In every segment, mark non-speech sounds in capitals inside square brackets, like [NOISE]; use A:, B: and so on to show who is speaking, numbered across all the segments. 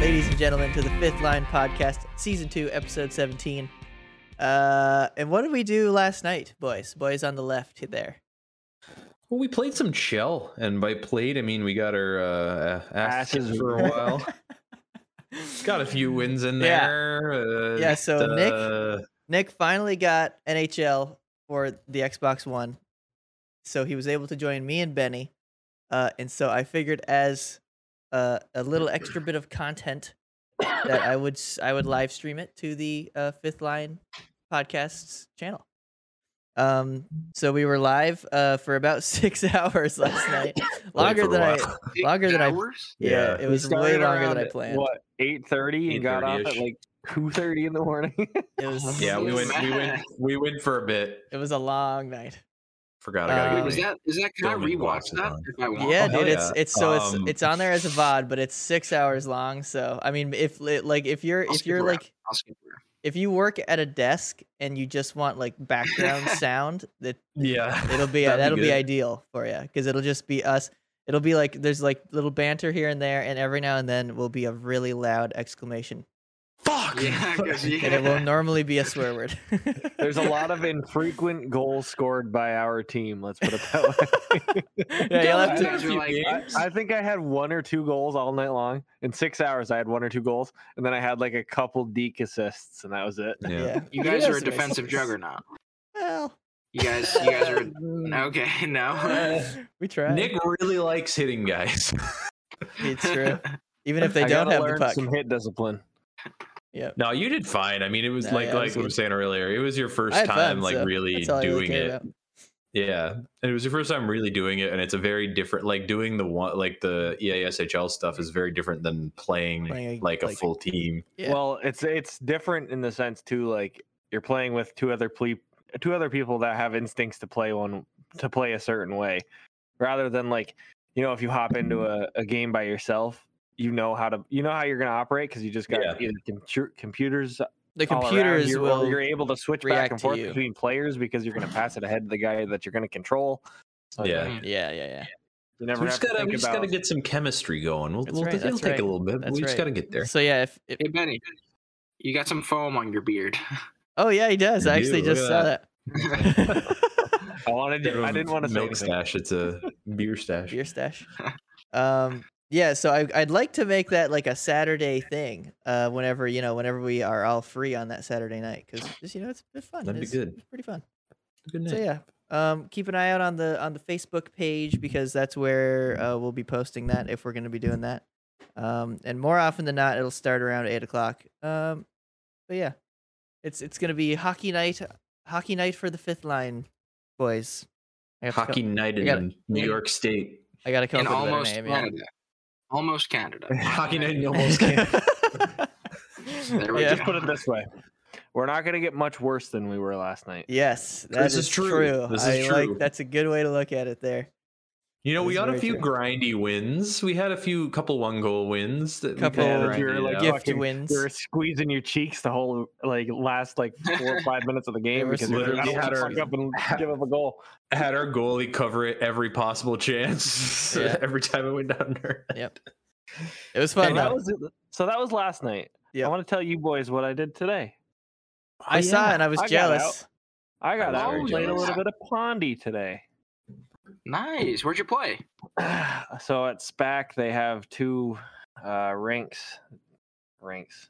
A: ladies and gentlemen, to the Fifth Line Podcast, Season 2, Episode 17. Uh, and what did we do last night, boys? Boys on the left there.
B: Well, we played some shell, and by played I mean we got our uh, ass
C: Asses
B: kicked for a
A: [LAUGHS]
B: while. got a few wins in
A: Yeah.
B: there. Uh,
A: Yeah, so Nick-
B: uh,
A: Nick finally got NHL for the Xbox One. So he was able to join me and Benny. Uh, and so I figured as uh, a little extra bit of content that I would s- I would live stream it to the uh, Fifth Line Podcasts channel. Um, so we were live uh, for about [LAUGHS] six hours last
B: [LAUGHS]
A: night, longer
B: for a
A: than I
B: while.
A: longer than I
D: hours?
A: yeah, it
C: We
A: was way
C: started
A: longer than
C: around
A: I
C: at,
A: planned.
C: What eight thirty and got off at
B: 8:30-ish.
C: like two thirty in the morning. [LAUGHS]
A: It was
B: yeah, we
D: so
B: went. We went.
D: mad.
B: We went for a bit.
A: it was a long night.
B: Forgot I
A: Uh,
B: gotta
D: Wait,
B: get
D: was
B: my-
D: that is that can I
B: Don't even
D: rewatch
B: watch it
D: that
B: on.
D: if I want?
A: yeah,
B: Oh, hell
A: dude, it's
B: yeah.
A: it's so it's
B: Um,
A: it's on there as a VOD, but it's six hours long. So I mean, if li- like if you're
D: I'll
A: if
D: skip
A: you're
D: around.
A: like
D: I'll skip around.
A: if you work at a desk and you just want like background sound, that
B: Yeah,
A: [LAUGHS]
B: [LAUGHS]
A: it'll be
B: That'd be
A: that'll be
B: good.
A: ideal for you because it'll just be us. It'll be like there's like little banter here and there, and every now and then will be a really loud exclamation,
B: fuck.
D: [LAUGHS]
B: [LAUGHS]
D: Yeah, 'cause, yeah.
A: and it will normally be a swear word. [LAUGHS]
C: There's a lot of infrequent goals scored by our team. Let's put it [LAUGHS] that way.
A: yeah, you'll have to
D: guys are like-
C: I, I think I had one or two goals all night long. In six hours, I had one or two goals, and then I had like a couple deke assists, and that was it.
A: [LAUGHS]
B: [LAUGHS]
A: yeah.
B: yeah.
D: You guys are a
A: guys are
D: defensive
A: racist.
D: juggernaut.
A: Well,
D: You guys, you guys [LAUGHS]
B: [LAUGHS]
D: are okay. No,
A: we try.
B: Nick really likes hitting guys. [LAUGHS]
A: It's true. Even if they
C: I
A: don't
C: gotta
A: have the
C: learn
A: puck.
C: some hit discipline.
B: No, you did fine. I mean, it was
A: Yeah,
B: like
A: yeah, it
B: like
A: was
B: we were
A: good.
B: saying earlier. It was your first
A: I had
B: time
A: fun,
B: like
A: so
B: really
A: that's all I really
B: doing
A: care
B: it.
A: about.
B: Yeah, and it was your first time really doing it, and it's a very different. Like doing the one, like the E EASHL stuff is very different than playing,
A: Playing a-
B: like a
A: like-
B: full team.
A: Yeah.
C: Well, it's it's different in the sense too, like you're playing with two other ple- two other people that have instincts to play one to play a certain way, rather than like you know if you hop into a, a game by yourself, you know how to you know how you're going to operate because you just got
B: Yeah.
C: either com- computers
A: The
C: all around
A: computers
C: you,
A: will.
C: or you're able to switch
A: react
C: back and
A: to
C: forth
A: you.
C: between players because you're going to pass it ahead to the guy that you're going to control. So it's
B: Yeah.
C: like,
A: yeah, yeah, yeah.
B: So
C: you never
B: we
C: have
B: just
C: to
B: gotta,
C: think
B: we just
C: about
B: gotta get some chemistry going. We'll,
A: That's
B: we'll
A: right,
B: it'll
A: that's
B: take
A: right,
B: a little bit. But
A: that's
B: we just
A: right.
B: gotta get there.
A: So yeah, if, if
D: hey Benny, you got some foam on your beard.
A: oh yeah, he does. I
B: You
A: actually
B: do, look
A: just
B: at
A: saw that.
C: I wanted to, I didn't want to say
B: milk
C: anything.
B: stash. It's a beer stash.
A: Beer stash. Um, yeah. So I, I'd like to make that like a Saturday thing. Uh, whenever you know, whenever we are all free on that Saturday night, because just you know, it's been fun.
B: That'd be
A: it's,
B: good.
A: It's pretty fun.
B: Good night.
A: So yeah, um, keep an eye out on the on the Facebook page because that's where uh, we'll be posting that if we're going to be doing that. Um, and more often than not, it'll start around eight o'clock. Um, but yeah, it's it's going to be hockey night, hockey night for the fifth line boys. I have to
B: Hockey
A: Come,
B: night
A: I gotta-
B: in New
A: yeah. [LAUGHS]
B: York State.
A: I got to come
D: in
A: up with a better
D: almost
A: name. Yeah.
D: Canada. Almost Canada.
B: [LAUGHS] Hockey
A: [LAUGHS]
B: night in [LAUGHS] almost Canada.
D: There we
A: Yeah.
D: go.
C: Put it this way. We're not going to get much worse than we were last night.
A: Yes, that
B: This is true. This is
A: I like
B: true.
A: that's a good way to look at it. There,
B: You know, we
A: That's
B: got a
A: very
B: few
A: true.
B: grindy wins. We had a few couple one goal wins. That
A: Couple
B: we kinda
C: if you're
B: grinded
C: like
B: out.
C: Yeah.
A: gift
C: Fucking-
A: wins.
C: You were squeezing your cheeks the whole like last like four or five minutes of the game
A: were
C: because you
B: literally
C: literally had
B: had
C: to
B: our-
C: fuck up and give up a goal.
B: had our goalie cover it every possible chance [LAUGHS]
A: Yeah.
B: every time it went down there.
A: Yep. It was
C: So
A: fun.
C: that
A: though.
C: was it- so that was last night.
A: Yeah.
C: I want to tell you boys what I did today.
B: Oh,
A: I saw it and I was
C: I got
A: jealous.
C: I got
B: was
C: out
B: very
C: and played a
D: jealous.
C: little bit of Pondy today.
D: [LAUGHS] Nice. Where'd you play?
C: [SIGHS] so at SPAC they have two uh, rinks, rinks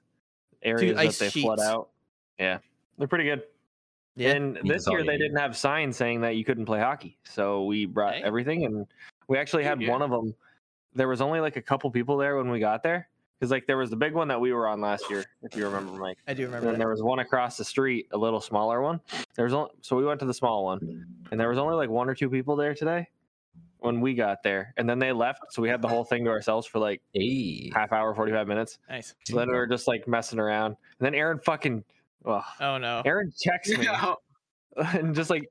C: areas that
A: ice
C: they flood
A: sheets.
C: out. Yeah, they're pretty good.
A: Yeah.
C: And
B: Yeah,
C: this
B: that's all
C: year
B: you
C: they
B: need.
C: didn't have signs saying that you couldn't play hockey, so we brought
A: Hey.
C: everything, and we actually had
D: Yeah.
C: one of them. There was only like a couple people there when we got there, because like there was the big one that we were on last year, if you remember, Mike.
A: I do
C: And
A: remember.
C: then there
A: that.
C: was one across the street, a little smaller one. There was only so we went to the small one, and there was only like one or two people there today when we got there, and then they left, so we had the whole thing to ourselves for like
B: Hey.
C: half hour, forty five minutes.
A: Nice.
C: So then we were just like messing around, and then Aaron fucking, well,
A: Oh no. [LAUGHS]
C: Aaron checks
D: [LAUGHS]
C: me
D: No.
C: [LAUGHS] and just like.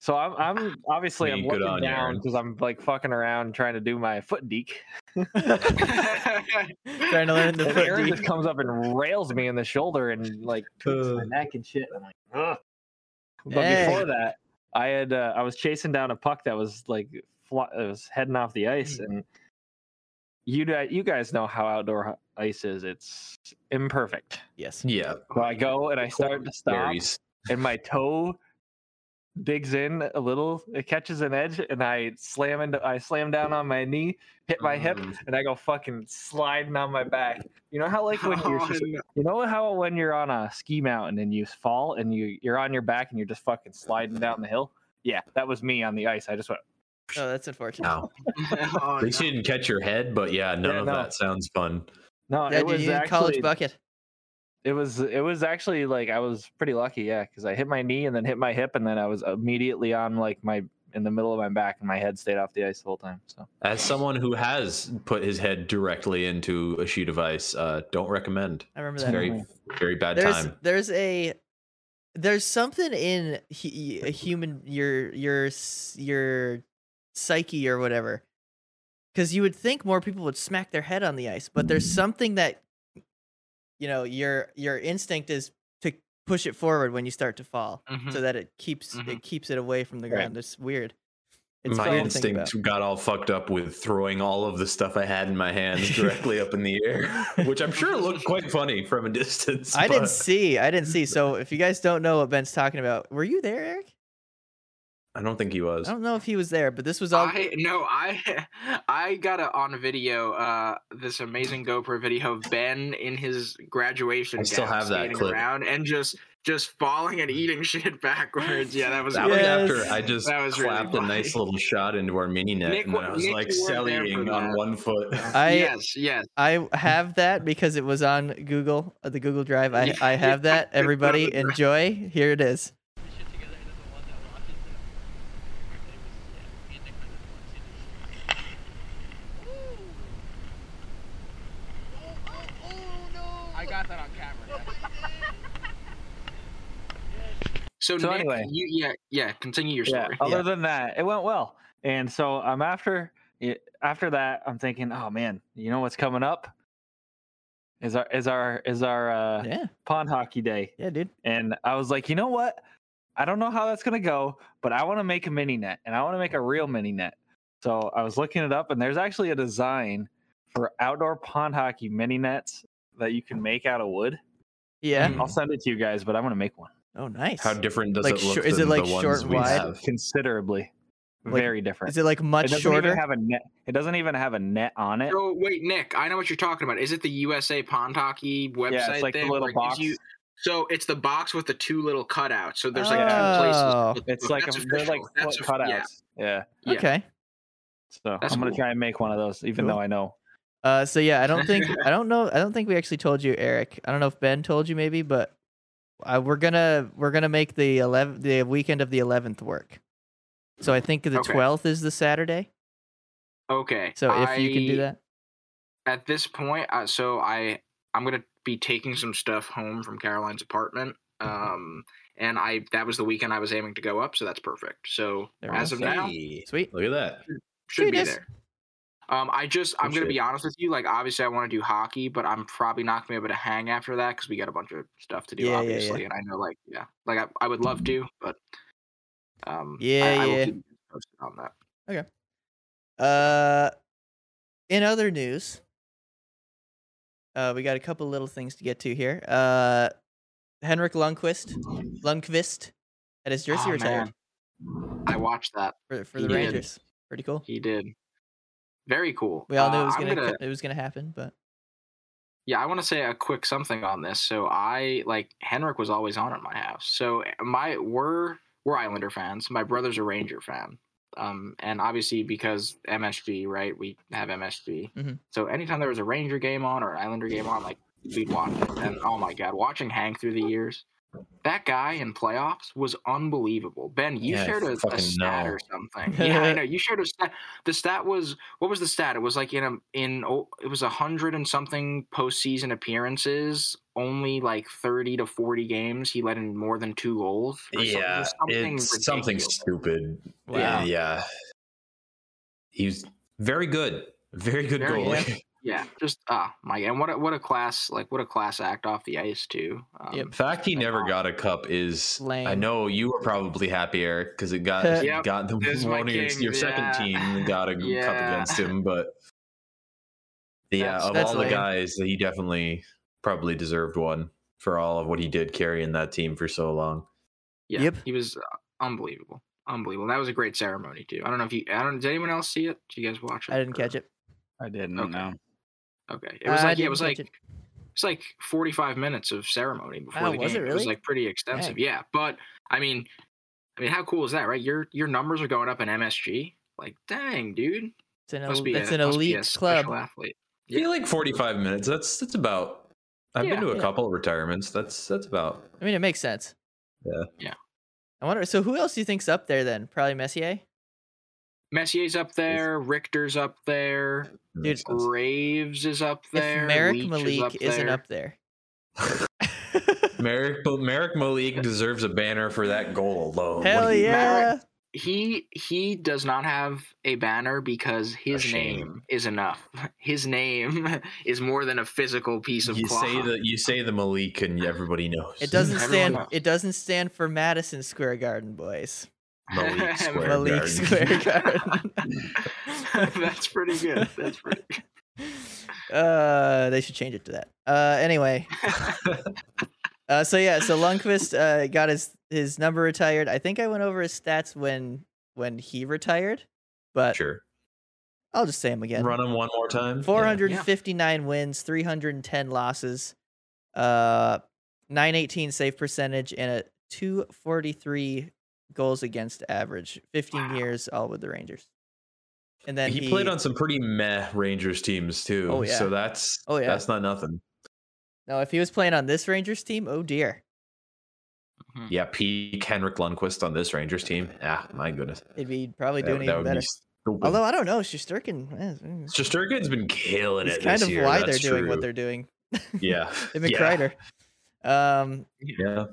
C: So I'm,
B: [SIGHS]
C: I'm obviously I'm
B: Hey, good
C: looking
B: on you,
C: down
B: Aaron.
C: because I'm like fucking around trying to do my foot deke.
A: Trying to learn the
C: And
A: foot
C: Aaron
A: deep.
C: just comes up and rails me in the shoulder and like tweaks
B: Uh,
C: my neck and shit. I'm like, ugh. But
A: Hey.
C: before that, I had uh, I was chasing down a puck that was like fly- it was heading off the ice, and you di- you guys know how outdoor ice is. It's imperfect.
A: Yes.
B: Yeah.
C: So I go and I start to stop,
B: Varies.
C: and my toe digs in a little. It catches an edge, and I slam into I slam down on my knee, hit my hip,
B: Mm.
C: and I go fucking sliding on my back. You know how like when [LAUGHS] you're
D: Oh,
C: just-
D: no. [LAUGHS]
C: you know how when you're on a ski mountain and you fall and you you're on your back and you're just fucking sliding down the hill. Yeah, that was me on the ice. I just went.
A: Oh, that's unfortunate.
B: Ow.
D: Oh,
B: At least
D: no.
B: you didn't catch your head, but yeah, none
C: Yeah,
B: of
C: no.
B: that sounds fun.
C: No,
A: Dad,
C: it
A: did you
C: was
A: use college
C: actually
A: bucket?
C: it was it was actually like I was pretty lucky, yeah, because I hit my knee and then hit my hip and then I was immediately on like my in the middle of my back and my head stayed off the ice the whole time. So
B: As someone who has put his head directly into a sheet of ice, uh, don't recommend.
A: I remember
B: It's
A: that.
B: very, very bad
A: there's
B: time.
A: there's a there's something in hu- a human your your s- your psyche or whatever because you would think more people would smack their head on the ice but there's something that you know your your instinct is to push it forward when you start to fall so
D: Mhm.
A: that it keeps
D: Mhm.
A: it keeps it away from the
C: Right.
A: ground it's weird it's
B: my
A: funny to think
B: instinct got all fucked up with throwing all of the stuff I had in my hands directly up in the air,
A: [LAUGHS]
B: [LAUGHS] which I'm sure looked quite funny from a distance.
A: about. i didn't
B: but-
A: see i didn't see so
B: [LAUGHS]
A: if you guys don't know what ben's talking about were you there eric
B: I don't think he was.
A: i don't know if he was there but this was all
D: I no, I [LAUGHS] I got a, on video uh this amazing GoPro video of Ben in his graduation.
B: I still
D: gown
B: have that
D: skating
B: clip.
D: around and just just falling
C: Mm.
D: and eating [LAUGHS] shit backwards. Yeah, that was
B: That
A: Yeah.
B: was
D: really-
B: after
A: Yes.
B: I just
D: That was really
B: clapped a nice
D: funny.
B: little shot into our mini net,
D: Nick
B: and then
D: wa-
B: I was
D: Nick
B: like
D: were there for
B: sallying on
D: that.
B: one foot.
A: I-
D: yes, yes. [LAUGHS]
A: I have that because it was on Google, uh, the Google Drive. I,
D: Yeah,
A: I have
D: yeah, [LAUGHS]
A: that.
D: it's on
A: Everybody
D: the drive.
A: enjoy. Here it is.
E: I got that on camera.
D: So,
C: So
D: Nick,
C: anyway.
D: you, yeah, yeah. Continue your
C: yeah.
D: story.
C: Other
A: Yeah.
C: than that, it went well. And so I'm after it- after that I'm thinking, oh man, you know what's coming up is our is our is our uh,
A: Yeah,
C: pond hockey day.
A: yeah, dude.
C: And I was like, you know what? I don't know how that's gonna go, but I want to make a mini net, and I want to make a real mini net. So I was looking it up, and there's actually a design for outdoor pond hockey mini nets that you can make out of wood.
A: Yeah.
D: Mm-hmm.
B: Mm.
C: I'll send it to you guys, but I'm gonna make one uh,
A: Oh, nice.
B: How different does
A: Like
B: it look?
A: shor- is it
B: than
A: like
B: the ones
A: short and
B: we
A: wide?
B: have?
C: considerably,
A: Like,
C: very different.
A: Is it like
C: it
A: much
C: doesn't
A: shorter?
C: even have a net. It doesn't even have a net on it.
D: So wait, Nick, I know what you're talking about. Is it the USA Pond Hockey website
C: yeah, it's like
D: thing?
C: the little
D: where it gives
C: box.
D: you- so it's the box with the two little cutouts. So there's like two
A: Oh.
D: places.
C: it's like a,
D: That's
C: they're like
D: official. That's
C: foot
D: a-
C: cutouts.
D: yeah.
C: yeah.
D: yeah.
A: Okay.
C: So
D: That's
C: I'm gonna
D: cool.
C: try and make one of those, even
A: Cool.
C: though I know.
A: Uh, so yeah, I don't
D: [LAUGHS]
A: think I don't know. I don't think we actually told you, Eric. I don't know if Ben told you, maybe, but uh, we're gonna we're gonna make the 11th, the weekend of the eleventh work. So I think the
D: Okay.
A: twelfth is the Saturday.
D: Okay.
A: So if you can do
D: I-
A: that,
D: at this point uh, so i i'm gonna be taking some stuff home from caroline's apartment
A: Mm-hmm.
D: um and i that was the weekend i was aiming to go up so that's perfect so
A: There we
D: as
A: go.
D: of now
B: Hey,
A: sweet.
B: look at that.
D: should be
A: Genius.
D: there um i just i'm
B: Good
D: gonna
B: shit.
D: be honest with you like obviously i want to do hockey but i'm probably not gonna be able to hang after that because we got a bunch of stuff to do
A: Yeah, yeah, yeah.
D: obviously and i know like yeah like I, I would love to but um I-
A: Yeah,
D: I will
A: yeah.
D: keep you posted on that
A: Uh, in other news, uh, we got a couple little things to get to here. Uh, Henrik Lundqvist, Lundqvist, had his jersey
D: Oh,
A: retired
D: man. i watched that
A: for, for the
D: He did.
A: Rangers. Pretty cool.
D: he did very cool
A: We all knew
D: Uh,
A: it was
D: I'm
A: gonna, it was gonna happen, but
D: Yeah, I want to say a quick something on this. So I like Henrik was always on at my house. So my we're we're Islander fans. My brother's a Ranger fan. Um, and obviously because MSG, right? We have MSG.
B: Mm-hmm.
A: Mhm.
D: So anytime there was a Ranger game on or an Islander game on, like we'd watch it. And oh my god, watching Hank through the years, that guy in playoffs was unbelievable. Ben, you
B: Yeah, I
D: shared a, a
B: fucking
D: stat
B: know.
D: or
B: [LAUGHS]
D: something. yeah, I know. You shared a stat. The stat was what was the stat? It was like in a in oh, it was a hundred and something postseason appearances. Only like thirty to forty games, he let in more than two goals. or something-
B: Yeah, it's something
D: ridiculous.
B: stupid.
A: Wow.
B: Yeah. yeah. He's very good. Very good [LAUGHS]
D: Very
B: goalie.
D: Yeah, just ah, my and what a, what a class like what a class act off the ice too. Um,
A: Yep.
B: The fact he never got a cup is I
A: Lame.
B: know you were probably happy, Eric, because it got
D: Yep,
B: got the
D: this is my
B: one of your,
D: king,
B: your second
D: yeah.
B: team got a
D: Yeah.
B: cup against him, but yeah, of
A: That's
B: all the
A: lame.
B: guys, he definitely probably deserved one for all of what he did carrying that team for so long.
D: Yeah,
A: Yep.
D: he was uh, unbelievable, unbelievable. That was a great ceremony too. I don't know if you, I don't. Did anyone else see it? Did you guys watch it?
A: I didn't
D: or-
A: catch it.
C: I didn't
D: Okay.
C: know.
D: Okay, it was
A: I
D: like yeah, it
A: didn't
D: was
A: catch
D: like
A: it.
D: it's like 45 minutes of ceremony before
A: Oh,
D: the game.
A: was it
D: was
A: really?
D: like pretty extensive.
A: Dang.
D: Yeah, but I mean, I mean, how cool is that, right? Your your numbers are going up in MSG. Like, dang, dude,
A: It's an,
D: must
A: el-
D: be
A: it's
D: a,
A: an
D: must be a
A: elite
D: special
A: club.
D: athlete.
B: Yeah, like 45 minutes. That's that's about. I've
D: Yeah.
B: been to a
A: Yeah. Mm,
B: couple of retirements. That's that's about.
A: I mean, it makes sense.
B: Yeah.
D: Yeah.
A: I wonder. So who else do you think's up there then? Probably Messier.
D: Messier's up there. Richter's up there.
A: Dude,
D: Graves is up there.
A: if Merrick
D: Leach is
A: Malik
D: up
A: isn't
D: there.
A: up
B: [LAUGHS]
A: there,
B: Oh, Merrick, Merrick Malik deserves a banner for that goal
A: [LAUGHS]
B: alone. What [LAUGHS]
A: hell
B: do you-
A: yeah!
D: Merrick- he he does not have a banner because his
B: shame.
D: name is enough. [LAUGHS] His name [LAUGHS] is more than a physical piece of
B: You
D: cloth.
B: say the you say the Malik and everybody knows.
A: It doesn't
D: Everyone
A: stand.
D: knows.
A: It doesn't stand for Madison Square Garden, boys.
B: [LAUGHS] Malik
A: [LAUGHS]
B: Square
A: Malik
B: Garden.
A: Square Garden.
D: That's pretty good. That's pretty. Good.
A: Uh, they should change it to that. Uh,
D: [LAUGHS]
A: anyway. uh, so yeah, so Lundqvist uh got his his number retired. I think I went over his stats when when he retired, but
B: [LAUGHS] Sure.
A: I'll just say them again.
B: Run him one more time.
A: Four hundred and fifty-nine wins, three hundred and ten losses, uh, nine eighteen save percentage, and a two forty-three goals against average. Fifteen
D: Wow.
A: years, all with the Rangers. And
B: Yeah.
A: then
B: He, played on some pretty meh Rangers teams too.
A: Oh, yeah.
B: So that's
A: Oh, yeah.
B: that's not nothing.
A: No, if he was playing on this Rangers team, oh dear,
B: Yeah, P. Henrik Lundqvist on this Rangers team. Ah, my goodness.
A: it'd be probably
B: That,
A: doing
B: that
A: even
B: would be
A: better.
B: stupid.
A: Although I don't know, Shusterkin. eh,
B: Shesterkin's been killing
A: It's
B: it.
A: kind
B: this
A: of
B: year,
A: why
B: that's
A: they're doing what
B: true.
A: they're doing.
B: Yeah.
A: [LAUGHS] They've been
B: yeah.
A: Kreider. Um,
B: Yeah.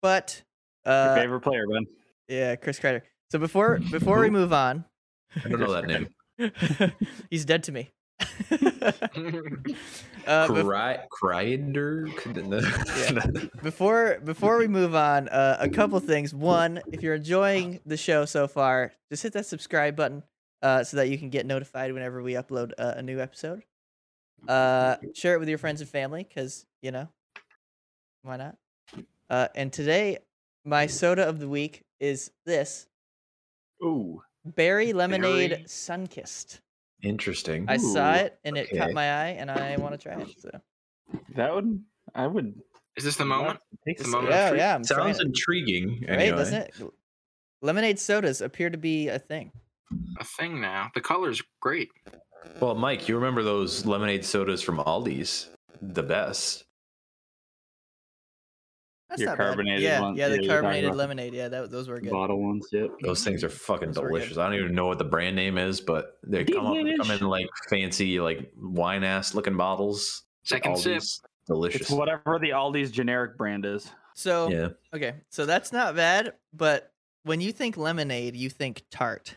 A: but
C: Your
A: uh,
C: favorite player, Ben.
A: yeah, Chris Kreider. So before before we move on,
B: I don't know that name.
A: [LAUGHS] he's dead to me.
B: Uh,
A: [LAUGHS] uh, bef- before before we move on, uh, a couple things. One, if you're enjoying the show so far, just hit that subscribe button uh, so that you can get notified whenever we upload uh, a new episode. Uh, share it with your friends and family because you know why not. Uh, and today, my soda of the week is this
C: Ooh.
A: berry lemonade
D: Berry.
A: sunkissed.
B: [LAUGHS] Interesting.
A: I saw
C: Ooh,
A: it and it caught
B: okay.
A: my eye, and I want to try it. So
C: That would I would
D: [LAUGHS] Is this the moment?
C: take
D: The
C: some-
D: moment.
A: yeah, yeah, I'm trying
B: Sounds
A: it.
B: intriguing.
A: Right,
B: anyway.
A: doesn't it? L- Lemonade sodas appear to be a thing.
D: A thing now. The color's great.
B: Well, Mike, you remember those lemonade sodas from Aldi's? The best.
A: That's
C: Your
A: not bad.
C: carbonated
A: yeah,
C: one-
A: Yeah,
C: yeah,
A: the
C: you're talking
A: carbonated
C: about the
A: lemonade. Yeah, that, those were good.
C: Bottle ones, yep.
B: Those things are fucking
A: Those were good.
B: delicious. I don't even know what the brand name is, but they come up come in like fancy, like wine ass looking bottles.
D: Second sip.
B: Aldi's, delicious.
C: It's whatever the Aldi's generic brand is.
A: So
B: yeah.
A: okay, so that's not bad. But when you think lemonade, you think tart.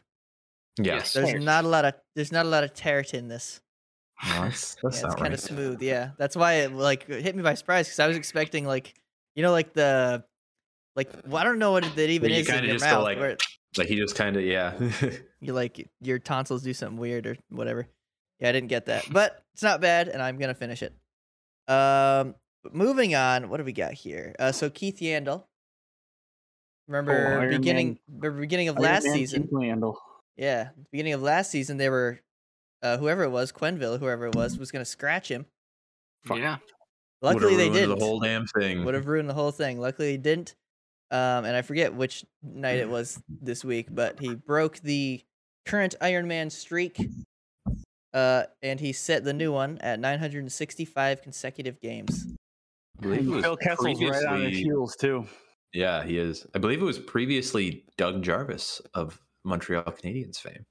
B: Yeah.
D: Yes.
A: There's
D: Tart.
A: not a lot of there's not a lot of tart in this. [LAUGHS]
B: No, that's
A: Yeah,
B: that's
A: it's
B: not
A: kind
B: right.
A: of smooth. Yeah, that's why it like it hit me by surprise because I was expecting like you know like the like well, I don't know what it that even
B: you
A: is in
B: kinda
A: your
B: just go,
A: mouth.
B: like-
A: where it-
B: Like he just kind of yeah. [LAUGHS]
A: you like your tonsils do something weird or whatever. Yeah, I didn't get that, but
B: [LAUGHS]
A: it's not bad, and I'm gonna finish it. Um, but moving on. What do we got here? Uh, so Keith Yandel.
B: Oh,
A: Remember
C: Iron
A: beginning, remember beginning of last season.
C: Handle.
A: Yeah, beginning of last season, they were, uh, whoever it was, Quenville, whoever it was, was gonna scratch him.
C: Fuck.
D: Yeah.
B: Would've
A: Luckily, they
B: ruined
A: didn't.
B: The whole damn thing.
A: Would have ruined the whole thing. Luckily, he didn't. Um, and I forget which night it [LAUGHS] was this week, but he broke the current Iron Man streak. Uh, and he set the new one at 965 consecutive games.
B: I believe it was
C: Phil Kessel's right on his
B: previously-
C: heels too.
B: Yeah, he is. I believe it was previously Doug Jarvis of Montreal Canadiens fame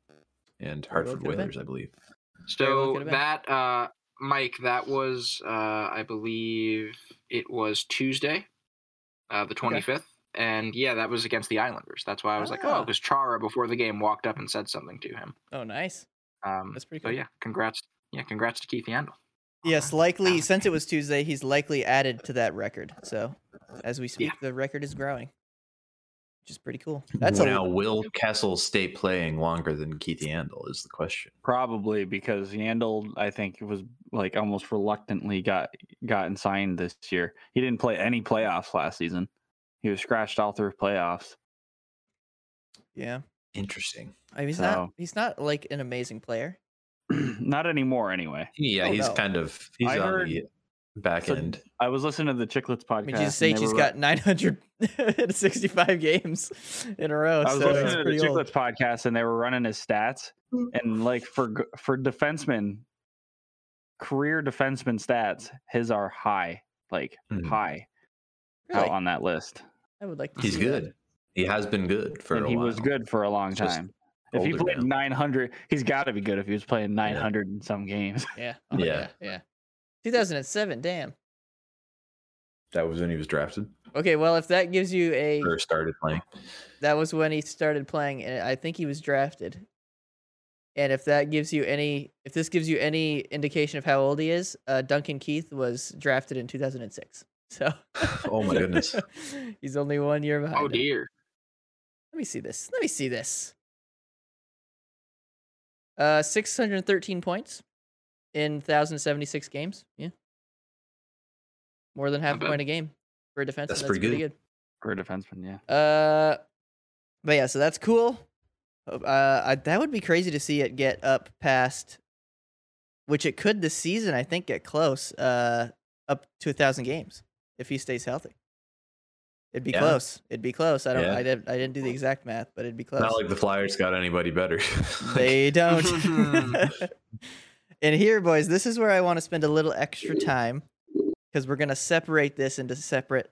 B: and Hartford
A: could have been.
B: Whalers, I believe.
A: Very well
D: So
A: could have been.
D: that uh Mike, that was uh I believe it was Tuesday, uh the twenty fifth. And yeah, that was against the Islanders. That's why I was like, oh,
A: Ah.
D: because Chara before the game walked up and said something to him.
A: Oh, nice.
D: Um,
A: That's pretty
D: So
A: cool.
D: yeah, congrats. Yeah, congrats to Keith Yandel.
A: Yes, likely, since it was Tuesday, he's likely added to that record. So as we speak, the record is growing. which is pretty cool. That's a
B: now. Will Kessel stay playing longer than Keith Yandel is the question.
C: Probably because Yandel, I think, was like almost reluctantly got gotten signed this year. He didn't play any playoffs last season. He was scratched all through playoffs. [CLEARS THROAT]
A: yeah.
B: Interesting.
A: I mean, he's not
C: So-
A: he's not like an amazing player.
C: Not anymore, anyway.
B: Yeah,
A: Oh,
B: he's
A: no.
B: kind of he's
C: I
B: on
C: heard-
B: the back
C: So-
B: end.
C: I was listening to the Chicklets podcast.
A: I mean, Jesus
C: and
A: H,
C: they
A: he's
C: were-
A: got 965 games in a row,
F: I was
A: so it's
F: listening to
A: pretty
F: the
A: old.
C: Chicklets podcast, and they were running his stats, and like for g- for defensemen, career defenseman stats, his are high, like
B: Mhm.
C: high out
A: Really?
C: on that list.
A: I would like to
B: He's
A: see that.
B: good. He has been good for
C: and
B: a
C: he
B: while.
C: was good for a long
B: Just
C: time. If he
B: older
C: played
B: now.
C: 900, he's got to be good if he was playing 900 in some games.
A: Yeah. Oh,
B: Yeah.
A: yeah. Yeah. 2007. Damn.
B: That was when he was drafted
A: Okay. Well, if that gives you a,
B: or started playing.
A: that was when he started playing, and I think he was drafted. And if that gives you any, if this gives you any indication of how old he is, uh, Duncan Keith was drafted in 2006. So.
B: Oh my goodness.
A: [LAUGHS] He's only one year behind.
D: Oh
A: him.
D: dear.
A: Let me see this. Let me see this. Uh, 613 points in 1,076 games. Yeah. More than half
D: Not
A: a
D: bad.
A: point a game for a defenseman.
B: That's
A: That's,
B: pretty
A: pretty
B: good.
A: good.
C: For a defenseman, yeah.
A: Uh, but yeah, so that's cool. Hope- Uh, I, that would be crazy to see it get up past, which it could this season. I think get close, uh, up to a thousand games if he stays healthy. It'd be
B: Yeah.
A: close. It'd be close. I don't.
B: Yeah.
A: I didn't. I didn't do the exact math, but it'd be close.
B: Not like the Flyers got anybody better.
A: [LAUGHS]
B: [LAUGHS]
A: They don't. and here, boys, this is where I want to spend a little extra time because we're gonna separate this into separate,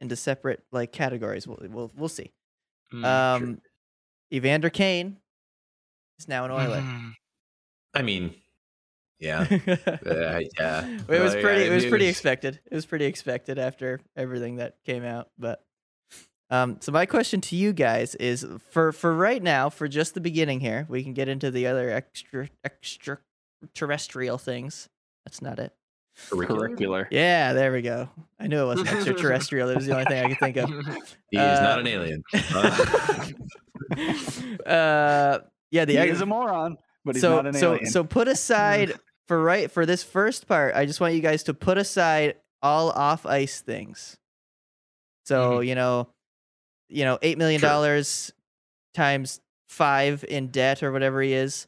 A: into separate like categories. We'll we'll, we'll see.
B: Mm,
A: Um, Evander Kane is now an Oiler.
D: Mm.
B: I mean,
C: [LAUGHS]
B: yeah,
A: [LAUGHS]
B: uh, yeah.
A: It was
B: Like,
A: pretty.
B: I
A: It was
B: knew
A: pretty expected. It was pretty expected after everything that came out. But um, so my question to you guys is for for right now, for just the beginning here, we can get into the other extra extra terrestrial things. That's not it.
B: Curriculum.
C: Curricular.
A: Yeah, there we go. I knew it
B: [LAUGHS]
A: wasn't extraterrestrial. That was the only thing I could think of.
B: He is not an
C: [LAUGHS]
B: alien.
A: [LAUGHS]
B: Uh,
A: uh, yeah, the
C: he
A: ex-
C: is a moron, but he's
A: so
C: not an
A: so
C: alien.
A: so put aside for right for this first part. I just want you guys to put aside all off ice things. So
C: Mm-hmm.
A: you know, you know, eight million dollars times five in debt or whatever he is.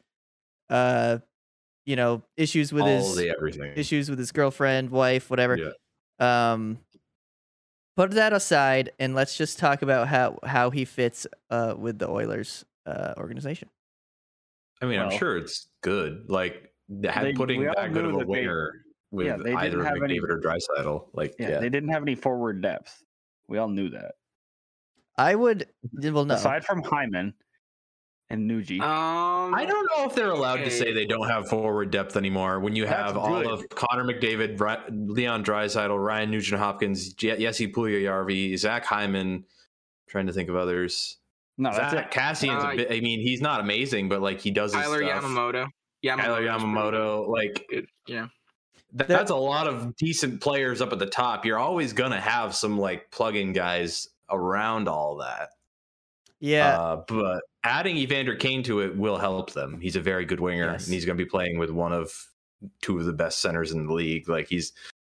A: Uh, you know, issues with
B: all
A: his
B: the everything.
A: issues with his girlfriend, wife, whatever. Um, put that aside and let's just talk about how how he fits uh with the Oilers uh organization.
B: I mean, I'm
C: Well-
B: sure it's good. Like the- had
C: They-
B: putting
C: we all
B: that good
C: knew
B: of a
C: that they-
B: winger with
C: yeah, they didn't
B: either
C: have
B: McDavid
C: any-
B: or Drysaddle. Like,
C: yeah,
B: yeah,
C: they didn't have any forward depth. We all knew that.
A: I would well no.
C: Aside from Hyman and Nuji,
B: Uh,
D: Um,
B: I don't know if they're allowed to say
D: okay.
B: they don't have forward depth anymore. When you
C: That's
B: have all
C: good.
A: good.
B: of Connor McDavid, Ry- Leon Draisaitl, Ryan Nugent Hopkins, J- Jesse Puljujarvi, Zach Hyman. Trying to think of others.
C: no, that's
B: Zach
C: it.
B: Cassian's
D: Uh,
B: a bit. I mean, he's not amazing, but like he does his
D: Tyler
B: stuff.
D: Yamamoto. Yamamoto.
B: Tyler Yamamoto. Like
D: Yeah.
B: That,
A: There-
B: that's a lot of decent players up at the top. You're always gonna have some like plug-in guys around all that.
A: yeah.
B: Uh, but adding Evander Kane to it will help them. He's a very good winger,
A: Yes.
B: and he's gonna be playing with one of two of the best centers in the league. Like he's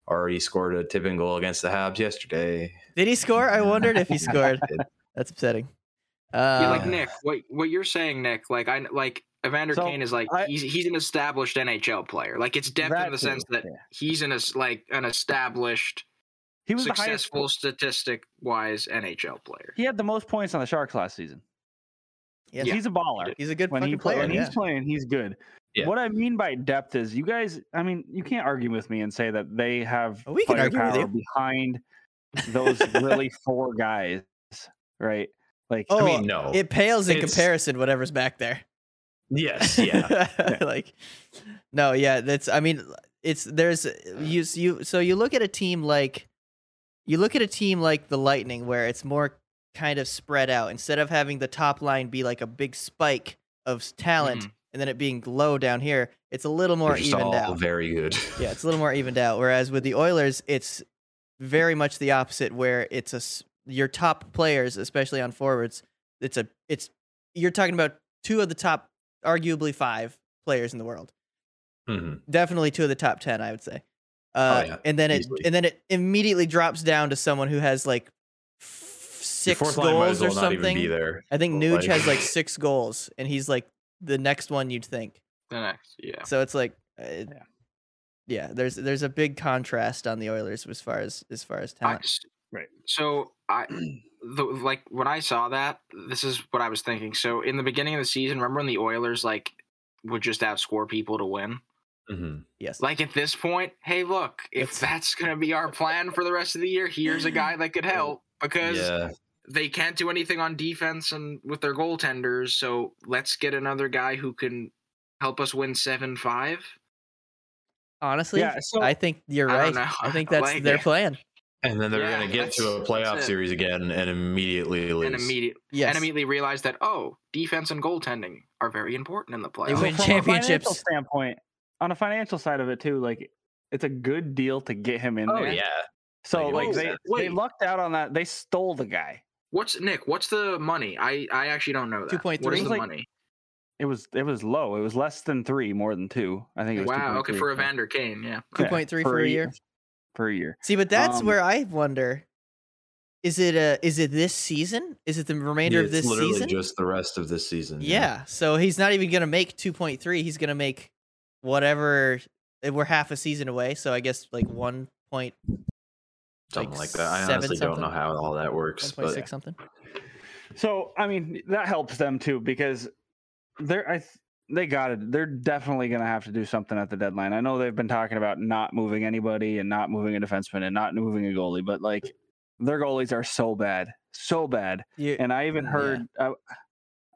B: already scored a tipping goal against the Habs yesterday.
A: Did he score? I wondered if he scored.
B: Did.
A: That's upsetting.
D: Yeah,
A: Uh,
D: like Nick, what what you're saying, Nick? Like I like Evander
C: So,
D: Kane is like
C: I-
D: he's he's an established NHL player. Like it's depth
C: That
D: in the
C: too,
D: sense that
C: yeah.
D: he's an es- like an established,
C: He was the
D: successful
C: highest.
D: statistic wise NHL player.
C: He had the most points on the Sharks last season.
A: yes,
C: He's a baller.
A: he's a good
C: when he
A: fucking
C: play,
A: player.
C: when
A: Yeah.
C: he's playing, he's good.
B: Yeah.
C: What I mean by depth is you guys. I mean, you can't argue with me and say that they have
A: Oh, we can argue with
C: firepower
A: you. [LAUGHS]
C: behind those really four guys, right? Like,
A: Oh,
B: I mean, no.
A: it pales in
B: it's-
A: comparison. Whatever's back there.
B: yes, [LAUGHS] yeah.
A: like no yeah that's i mean it's there's you you so you look at a team like you look at a team like the lightning where it's more kind of spread out instead of having the top line be like a big spike of s- talent
D: Mhm.
A: and then it being low down here it's a little
B: They're
A: [LAUGHS] more
B: Mm-hmm. just
A: evened
B: all
A: out
B: very good.
A: yeah it's a little more evened out whereas with the oilers it's very much the opposite where it's a s- your top players, especially on forwards, it's a it's you're talking about two of the top, arguably five players in the world.
B: Mhm.
A: Definitely two of the top ten, I would say. Uh,
B: Oh, yeah,
A: and then it
B: easily.
A: and then it immediately drops down to someone who has like f-
B: Your
A: six
B: fourth line might as
A: goals or
B: well not even be
A: something.
B: there.
A: I think Nuge
B: Like-
A: has like six goals, and he's like the next one you'd think.
D: The next, yeah.
A: So it's like, uh, it-
C: Yeah.
A: yeah. there's there's a big contrast on the Oilers as far as as far as
D: I
A: talent.
D: s-
C: Right.
D: So I, the, like when I saw that, this is what I was thinking. So in the beginning of the season, remember when the Oilers like would just outscore people to win?
B: Mhm.
A: yes,
D: Like at this point, hey, look, if
A: It's-
D: that's gonna be our plan for the rest of the year, here's a guy that could help because
B: Yeah,
D: they can't do anything on defense and with their goaltenders. So let's get another guy who can help us win seven five.
A: honestly,
G: Yeah, so
A: I think you're
D: I
A: right.
D: don't know.
A: I think that's
D: Like,
A: their
D: yeah.
A: plan.
B: and then they're
D: Yeah,
B: gonna get to
D: that's-
B: a
D: that's
B: playoff
D: it.
B: series again and immediately lose.
D: And immediate
A: Yes,
D: and immediately realize that oh, defense and goaltending are very important in the
A: They
D: playoffs.
A: win
C: from a financial
A: championships.
C: standpoint, on a financial side of it too, like it's a good deal to get him in
D: Oh,
B: oh
C: there.
B: yeah,
C: So
B: Like, it
C: like
B: makes
C: they
D: sense.
C: they
D: Wait.
C: lucked out on that. They stole the guy.
D: What's Nick? What's the money? I I actually don't know that. What
A: 2.3?
D: is the
C: Like,
D: money?
C: It was it was low. It was less than three, more than two. I think it was
D: Wow. Okay,
C: 2.3,
D: for
C: so-
D: Evander Kane, yeah.
C: yeah,
A: 2.3 for a year.
C: Per year.
A: See, but that's
C: Um,
A: where I wonder: is it a is it this season? Is it the remainder
B: Yeah,
A: of
B: it's
A: this
B: literally
A: season?
B: just the rest of this season.
A: yeah. so he's not even gonna make 2.3. He's gonna make whatever. eh, We're half a season away, so I guess like one point
B: something
A: like
B: like, that. I
A: seven
B: honestly don't know
A: something?
B: how all that works,
A: one
B: but
A: point six something.
C: So I mean that helps them too because they're I th- they got it. They're definitely going to have to do something at the deadline. I know they've been talking about not moving anybody and not moving a defenseman and not moving a goalie, but like their goalies are so bad, so bad.
A: You-
C: And I even
A: Yeah.
C: heard I,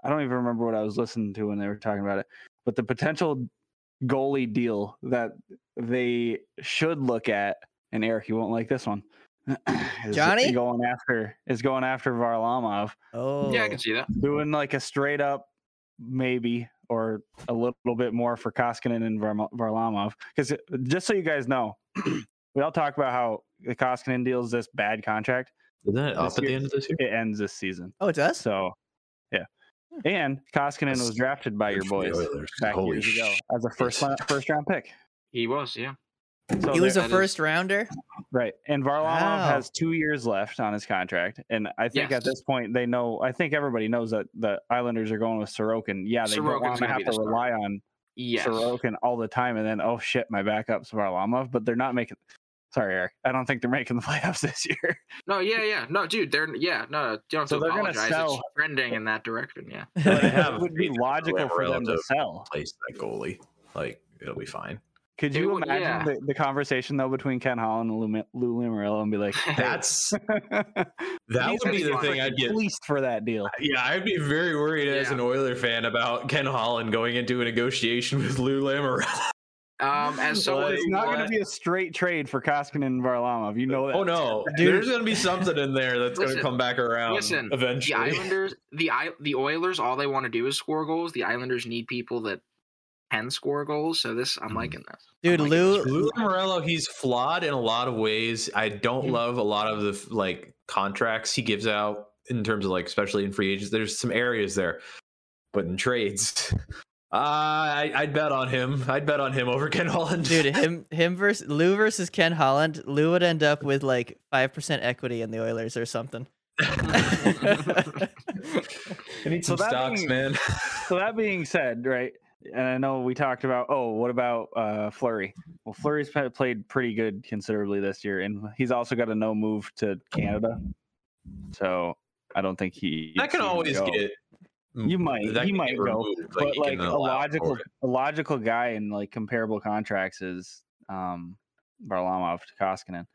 C: I don't even remember what I was listening to when they were talking about it, but the potential goalie deal that they should look at, and Eric, you won't like this one. [CLEARS THROAT] is
A: Johnny?
C: going after is going after Varlamov
A: oh,
D: Yeah, I can see that.
C: doing like a straight up maybe or a little bit more for Koskinen and Varm- Varlamov. Because just so you guys know, [CLEARS THROAT] we all talk about how the Koskinen deal is this bad contract.
B: isn't it up
C: This
B: at the
C: year-
B: end of this year?
C: It ends this season.
A: Oh, it does.
C: So, yeah.
D: Hmm.
C: And Koskinen
B: That's
C: was drafted by your
B: Good for the
C: boys
B: Oilers.
C: back
B: Holy
C: years ago
B: [LAUGHS] sh-
C: as a first round, first round pick.
D: He was, yeah.
C: So
A: he was
C: there-
A: a
D: that is-
A: first rounder.
C: right, and Varlamov
A: Wow.
C: has two years left on his contract, and I think
D: Yes.
C: at this point they know. I think everybody knows that the Islanders are going with Sorokin. Yeah, they don't
D: Sorokin's
C: want to
D: gonna
C: have
D: be the
C: to
D: starter.
C: rely on
D: Yes.
C: Sorokin all the time, and then oh shit, my backup's Varlamov, but they're not making. Sorry, Eric, I don't think they're making the [LAUGHS] playoffs this year.
D: No, yeah, yeah. No, dude, they're yeah, no, you don't have
C: So
D: to
C: they're gonna
D: apologize.
C: sell-
D: It's trending in that direction, yeah.
B: [LAUGHS] They
C: it
B: have
C: would be
B: faith in
C: logical
B: their
C: for them to
B: relative
C: sell.
B: Place that goalie, like it'll be [LAUGHS] fine.
C: Could
D: It
C: you
D: would-
C: imagine
D: yeah.
C: the, the conversation though between Ken Holland and Lou, Lou Lamarillo and be like,
B: That's that
C: These
B: would be
C: guys
B: the
C: are
B: thing [LAUGHS]
C: freaking
B: I'd get
C: fleeced for that deal?
B: Yeah, I'd be very worried as
D: Yeah.
B: an Oiler fan about Ken Holland going into a negotiation with Lou Lamorello.
D: Um as
C: Well,
D: someone
C: it's
D: who
C: not going to
D: was-
C: be a straight trade for Koskinen and Varlamov. You know that.
B: Oh [LAUGHS] no,
A: Dude.
B: there's gonna be something in there that's
D: Listen,
B: gonna come back around
D: listen, the the
B: eventually.
D: Islanders the I the Oilers, all they want to do is score goals. The Islanders need people that can score goals, so this I'm
C: Mm-hmm.
B: Mhm.
D: liking this.
A: [LAUGHS] Dude,
D: I'm
A: Lou-
D: liking this.
B: Lou Lamorello, he's flawed in a lot of ways. I don't
A: Mhm.
B: love a lot of the like contracts he gives out in terms of like, especially in free agents. There's some areas there, but in trades, [LAUGHS] uh, I, I'd bet on him. I'd bet on him over Ken Holland.
A: Dude,
B: [LAUGHS]
A: him him versus Lou versus Ken Holland, Lou would end up with like five percent equity in the Oilers or
D: [LAUGHS]
A: something.
B: I need
C: So
B: some
C: that
B: stocks,
C: being-
B: man.
C: so that being said, right, and I know we talked about, oh, what about uh, Flurry? Well, Flurry's pa- played pretty good considerably this year, and he's also got a no move to Canada. So I don't think he
B: that can
C: he'd
B: always
C: go.
B: get.
C: You might-
B: that
C: you
B: can
C: might
B: get
C: go,
B: removed,
C: but
B: you
C: like
B: can
C: a
B: allow
C: logical,
B: for it.
C: a logical guy in like comparable contracts is um Varlamov to Koskinen.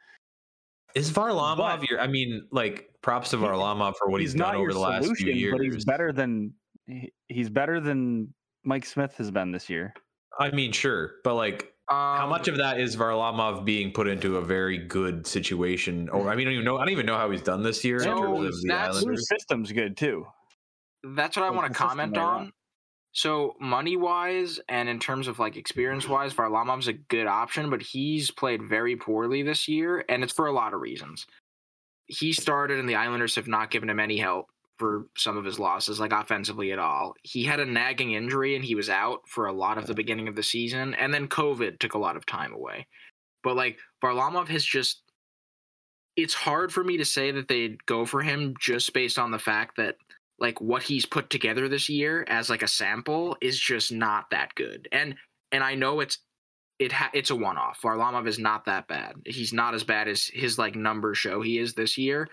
B: Is Varlamov
C: But-
B: your? I mean, like props to Varlamov for what he's,
C: not
B: done over
C: your
B: the last few years.
C: but he's better than he- he's better than Mike Smith has been this year.
B: I mean, sure, but like, how
D: Um,
B: much of that is Varlamov being put into a very good situation? Or I mean, I don't even know. I don't even know how he's done this year in
D: So,
B: terms of the
D: that's-
C: Lou's
B: Islanders.
C: system's good too.
D: that's what I
C: Like,
D: want
C: the
D: to
C: system
D: comment
C: they're
D: on.
C: on.
D: So money wise and in terms of like experience wise, Varlamov's a good option, but he's played very poorly this year, and it's for a lot of reasons. he started, and the Islanders have not given him any help for some of his losses, like offensively at all. He had a nagging injury, and he was out for a lot of the beginning of the season, and then COVID took a lot of time away. But like Varlamov has just. It's hard for me to say that they'd go for him just based on the fact that like what he's put together this year as like a sample is just not that good. And and I know it's it ha- it's a one off. Varlamov is not that bad. He's not as bad as his like numbers show he is this year.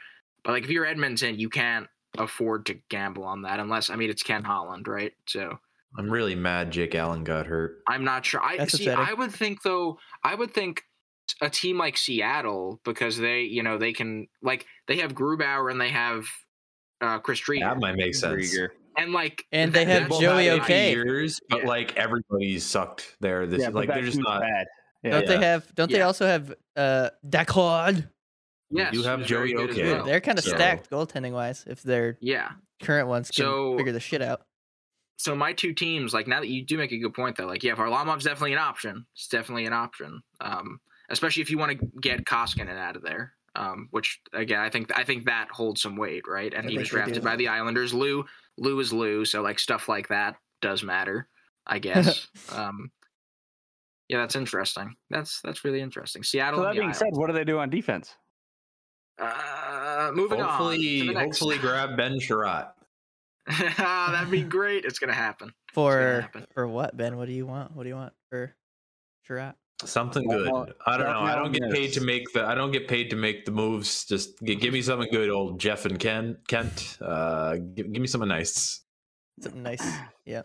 D: But like if you're Edmonton, you can't afford to gamble on that unless I mean it's Ken Holland, right? So
B: I'm really mad Jake Allen got hurt.
D: I'm not sure. I
A: That's
D: see.
A: upsetting.
D: I would think though. I would think a team like Seattle because they, you know, they can like they have Grubauer and they have uh, Chris
B: That
D: Drieger
B: might make sense.
C: Rieger.
D: and like
A: And they
D: that-
A: have
D: that's-
A: Joey
B: had
A: O'Kane.
B: Years, but
D: Yeah.
B: like everybody's sucked there. This
H: yeah,
B: like
H: but
B: they're
H: that
B: just
H: team's
B: not.
H: bad.
A: Don't
B: Yeah.
A: they have? Don't they
D: Yeah.
A: also have uh Dacron?
D: Yes,
B: you have
D: who's very
B: Joey
D: good as
B: O'Kane.
A: Dude,
B: Yeah.
D: well.
A: they're kind of
B: So-
A: stacked goaltending wise. If their
D: Yeah.
A: current ones can
D: So-
A: figure the shit out,
D: So my two teams, like now that you do make a good point though, like yeah, Varlamov's definitely an option. It's definitely an option. Um, especially if you want to get Koskinen out of there. Um, which again, I think I think that holds some weight, right? And
A: I
D: he was
A: think they do.
D: drafted by the Islanders. Lou, Lou is Lou, so like stuff like that does matter, I guess. um, yeah, that's interesting. That's that's really interesting. Seattle.
H: So that
D: and the
H: being said, what do they do on defense?
D: Islanders. uh, moving on. to
B: Hopefully,
D: the next.
B: hopefully grab Ben Sherratt.
D: [LAUGHS] that'd be great. It's gonna happen.
A: for
D: happen.
A: for what Ben? What do you want? What do you want for Sherratt?
B: Something
H: Well,
B: good.
H: well,
B: I don't
H: that's
B: know. I
H: how
B: don't
H: it
B: get paid
H: is.
B: to make the. I don't get paid to make the moves. Just g- give me something good, old Jeff and Ken Kent. Uh, give, give me something nice.
A: Something nice.
D: [CLEARS THROAT]
A: Yeah.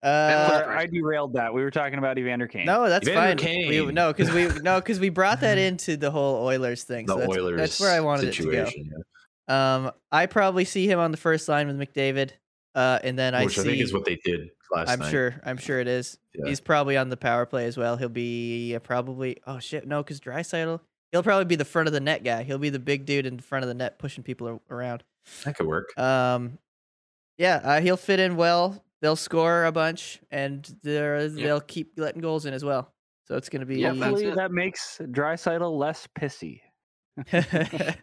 D: Uh,
A: Uh,
H: Sorry, I derailed that. We were talking about Evander Kane.
A: no, that's
B: Evander
A: fine. We,
B: Kane.
A: no, because
B: [LAUGHS]
A: we no, because we brought that into the whole Oilers thing.
B: The
A: so that's,
B: Oilers.
A: That's where I wanted it to
B: situation,
A: go. Um, I probably see him on the first line with McDavid, uh, and then
B: yeah.
A: I
B: which
A: see.
B: I think is what they did last
A: I'm
B: night.
A: sure. I'm sure it is.
B: Yeah.
A: He's probably on the power play as well. He'll be uh, probably. Oh shit, no, because Drysaitel. He'll probably be the front of the net guy. He'll be the big dude in front of the net, pushing people ar- around.
B: that could work.
A: Um, yeah, uh, he'll fit in well. They'll score a bunch, and they're,
D: Yeah.
A: they'll keep letting goals in as well. So it's gonna be.
D: Yeah, that's
H: Hopefully
D: it.
H: that makes Drysidle less pissy.
A: [LAUGHS] I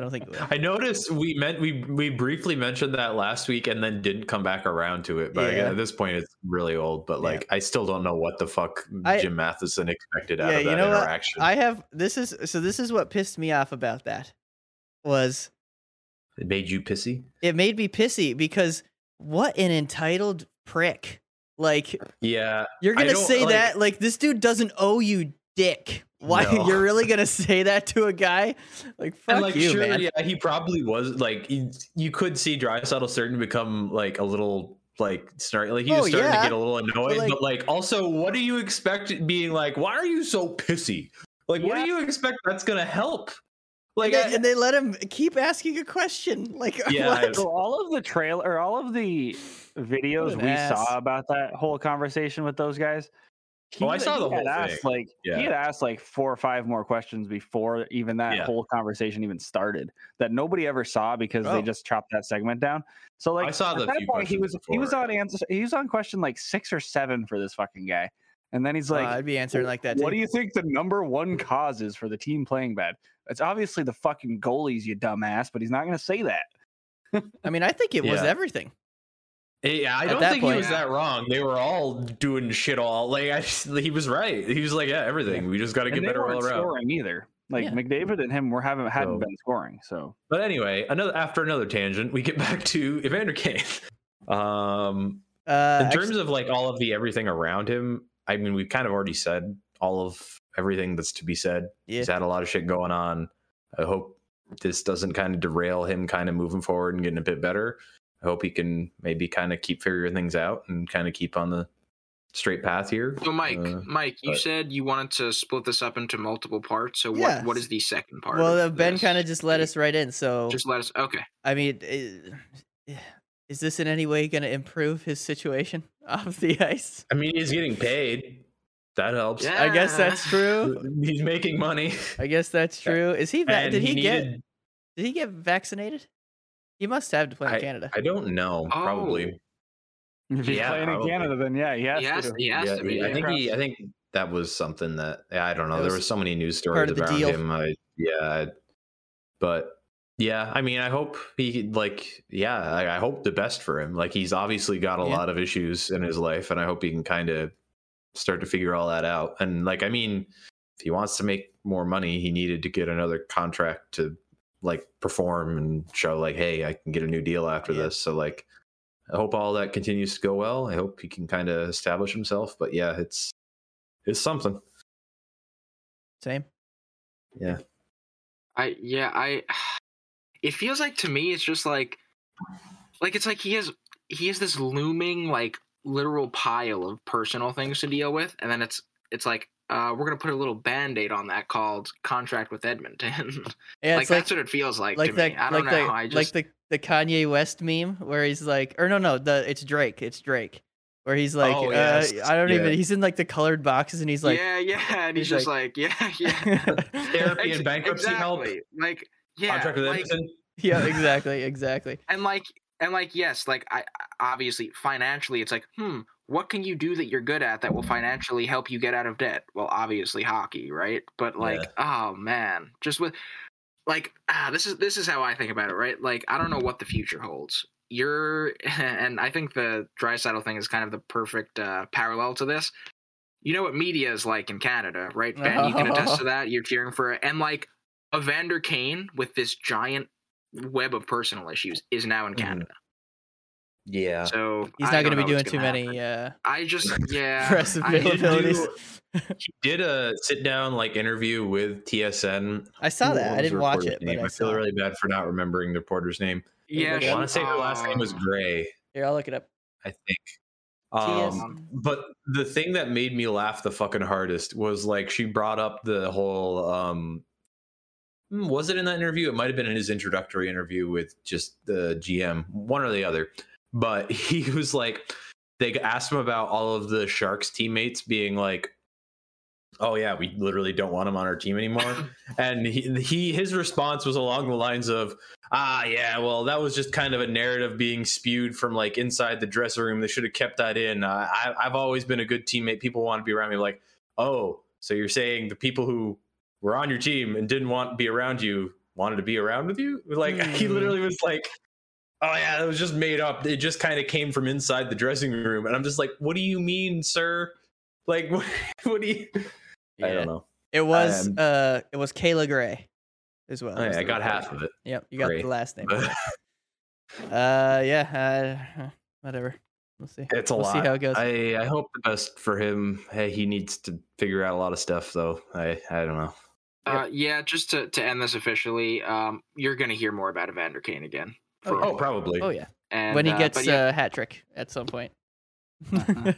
A: don't think it
B: [LAUGHS]
A: will.
B: I noticed we meant we we briefly mentioned that last week and then didn't come back around to it. But again,
A: Yeah.
B: at this point, it's really old. But like, I still don't know what the fuck
A: I-
B: Jim Matheson expected out
A: Yeah,
B: of
A: you
B: that
A: know what?
B: interaction.
A: I have this is so this is what pissed me off about that was
B: it made you pissy.
A: it made me pissy because what an entitled prick. Like
B: Yeah,
A: you're
B: I
A: gonna
B: don't,
A: say
B: like-
A: that like this dude doesn't owe you dick. Why
B: No.
A: you're really gonna say that to a guy? Like fuck
B: and like
A: you,
B: sure,
A: man.
B: yeah, he probably was like he, you could see Drysaddle starting to become like a little like snarky. Like he was
A: Oh,
B: starting
A: yeah.
B: to get a little annoyed,
A: like-
B: but like also, what do you expect? Being like, why are you so pissy? Like, what do you expect that's gonna help? Like,
A: and, they,
B: I-
A: and they let him keep asking a question. [LAUGHS] Like
B: Yeah,
A: what?
B: I-
H: So all of the trail or all of the videos
A: an
H: we
A: ass.
H: saw about that whole conversation with those guys.
B: Oh,
H: he-
B: I saw the
H: he had
B: whole
H: asked,
B: thing.
H: Like
B: Yeah.
H: he had asked like four or five more questions before even that
B: Yeah.
H: whole conversation even started that nobody ever saw because
A: Oh.
H: they just chopped that segment down. So like
B: I saw
H: at
B: the
H: that
B: few
H: point, he
B: questions
H: was he was
B: before.
H: on answer he was on question like six or seven for this fucking guy, and then he's
A: Uh,
H: like,
A: I'd be answering like that.
H: What
A: too.
H: do you think the number one cause is for the team playing bad? It's obviously the fucking goalies, you dumbass, but he's not going to say that.
A: I mean, I think it was
B: Yeah.
A: everything.
B: Yeah, I
A: At
B: don't
A: that
B: think
A: point-
B: he was that wrong. They were all doing shit all like I just, he was right. He was like, yeah, everything. We just got to
H: And
B: get
H: they
B: better all
H: weren't
B: around.
H: scoring either. Like
A: Yeah.
H: McDavid and him were haven't hadn't
B: So-
H: been scoring. So
B: But anyway, another after another tangent, we get [LAUGHS] back to Evander Kane. Um,
A: Uh,
B: in
A: actually-
B: terms of like all of the everything around him, I mean, we've kind of already said all of everything that's to be said.
A: yeah.
B: He's had a lot of shit going on. I hope this doesn't kind of derail him, kind of moving forward and getting a bit better. I hope he can maybe kind of keep figuring things out and kind of keep on the straight path here.
D: So Mike,
B: Uh,
D: Mike, you
B: but-
D: said you wanted to split this up into multiple parts. So
A: Yeah.
D: what what is the second part?
A: Well, uh,
D: of
A: Ben
D: this?
A: kind of just let us right in. So
D: just let us okay.
A: I mean, i- is this in any way going to improve his situation [LAUGHS] off the ice?
B: I mean, he's getting paid. That helps.
D: Yeah.
A: I guess that's
D: [LAUGHS]
A: true.
B: He's
A: [LAUGHS]
B: making money.
A: I guess that's true. Is he? Va-
B: And
A: did he, get?
B: needed-
A: Did he get vaccinated? He must have to play in Canada.
B: I don't know. Probably.
D: Oh,
H: if he's
B: Yeah,
H: playing
B: probably.
H: in Canada, then yeah, yeah.
D: He has, he has
B: Yeah,
D: to be.
B: I think
D: yeah.
B: he. I think that was something that yeah, I don't know.
A: That
B: there
A: was
B: was so many news
A: part
B: stories
A: of the
B: around
A: deal.
B: him. I, yeah, I- But yeah, I mean, I hope he like yeah, I, I hope the best for him. Like he's obviously got a
A: Yeah.
B: lot of issues in his life, and I hope he can kind of start to figure all that out. And like, I mean, if he wants to make more money, he needed to get another contract to like perform and show like, hey, I can get a new deal after
A: Yeah.
B: this. So like, I hope all that continues to go well. I hope he can kind of establish himself. But yeah, it's it's something.
A: Same.
D: I yeah, I [SIGHS] it feels like to me it's just like like it's like he has he has this looming like literal pile of personal things to deal with and then it's it's like uh we're going to put a little band-aid on that called contract with [LAUGHS] Edmonton.
A: Yeah,
D: like,
A: it's like
D: that's what it feels like, to
A: like
D: me.
A: that
D: I
A: like
D: don't know.
A: the
D: I
A: like
D: just
A: the the Kanye West meme where he's like, or no, no, the it's Drake, it's Drake, where he's like,
B: Oh,
A: uh,
B: yes,
A: I don't
B: yeah.
A: even. He's in like the colored boxes, and he's like,
D: yeah, yeah, and he's,
A: he's
D: just like, [LAUGHS] yeah,
A: [LAUGHS]
D: yeah.
A: yeah,
B: [LAUGHS] Therapy and bankruptcy help.
D: exactly. Like yeah,
B: Contract with
D: like,
B: Edison.
A: exactly,
D: [LAUGHS]
A: exactly.
D: and like and like yes like i I- obviously financially it's like hmm what can you do that you're good at that will financially help you get out of debt well obviously hockey right but like oh man just with like ah, this is this is how i think about it right like i don't know what the future holds you're [LAUGHS] and i think the dry saddle thing is kind of the perfect uh, parallel to this you know what media is like in canada
A: [LAUGHS]
D: right ben you can attest to that you're cheering for it and like evander kane with this giant web of personal issues is now in
B: Mhm.
D: Canada.
B: Yeah.
D: So
A: Mm, He's not
D: I don't
A: going to
D: know
A: be doing
D: what's
A: too
D: gonna
A: many
D: happen.
A: uh,
D: I
A: [LAUGHS]
D: just yeah.
A: press
D: I did
A: availabilities.
D: do-
B: [LAUGHS] he did a sit down like interview with TSN.
A: I saw
B: Who
A: that.
B: was
A: I
B: the
A: didn't watch
B: reporter's
A: it, but
B: name?
A: I,
B: I,
A: saw.
B: feel really bad for not remembering the reporter's name.
D: yeah.
A: look it
B: I
A: up.
D: sure.
B: want to say her last name was
D: Um,
B: Gray,
A: Here, I'll look it up.
B: I think. Um,
D: TSN.
B: but the thing that made me laugh the fucking hardest was like she brought up the whole. Um, hmm, was it in that interview? It might have been in his introductory interview with just the GM, one or the other. But [LAUGHS] he was like, they asked him about all of the Sharks teammates being like, "Oh yeah, we literally don't want him on our team anymore." and he, he his response was along the lines of, "Ah yeah, well that was just kind of a narrative being spewed from like inside the dressing room. They should have kept that in. Uh, I, I've always been a good teammate. People want to be around me. Like, oh, so you're saying the people who were on your team and didn't want to be around you wanted to be around with you? Like [LAUGHS] he
A: Hmm.
B: literally was like." Oh yeah, that was just made up. It just kind of came from inside the dressing room, and I'm just like, "What do you mean, sir? Like, [LAUGHS] what, what do you? I
A: Yeah.
B: don't know.
A: It was
B: Um,
A: uh, it was Kayla Gray, as well.
B: Oh,
A: was
B: yeah, I
A: the
B: got
A: reporter.
B: half of it.
A: Yep, you got
B: Gray.
A: the last
B: [LAUGHS]
A: name. Uh, yeah, uh, [LAUGHS] whatever. We'll see.
B: It's a
A: we'll
B: lot.
A: see how it goes.
B: I, I hope the best for him. Hey, he needs to figure out a lot of stuff, though. I, I don't know.
D: Uh, yeah, just to, to end this officially, um, you're gonna hear more about Evander Kane again.
A: Oh,
B: Oh, probably. [LAUGHS]
A: oh yeah,
D: And,
A: when he
D: uh,
A: gets
D: but
A: a
D: yeah,
A: hat trick at some point. [LAUGHS]
D: and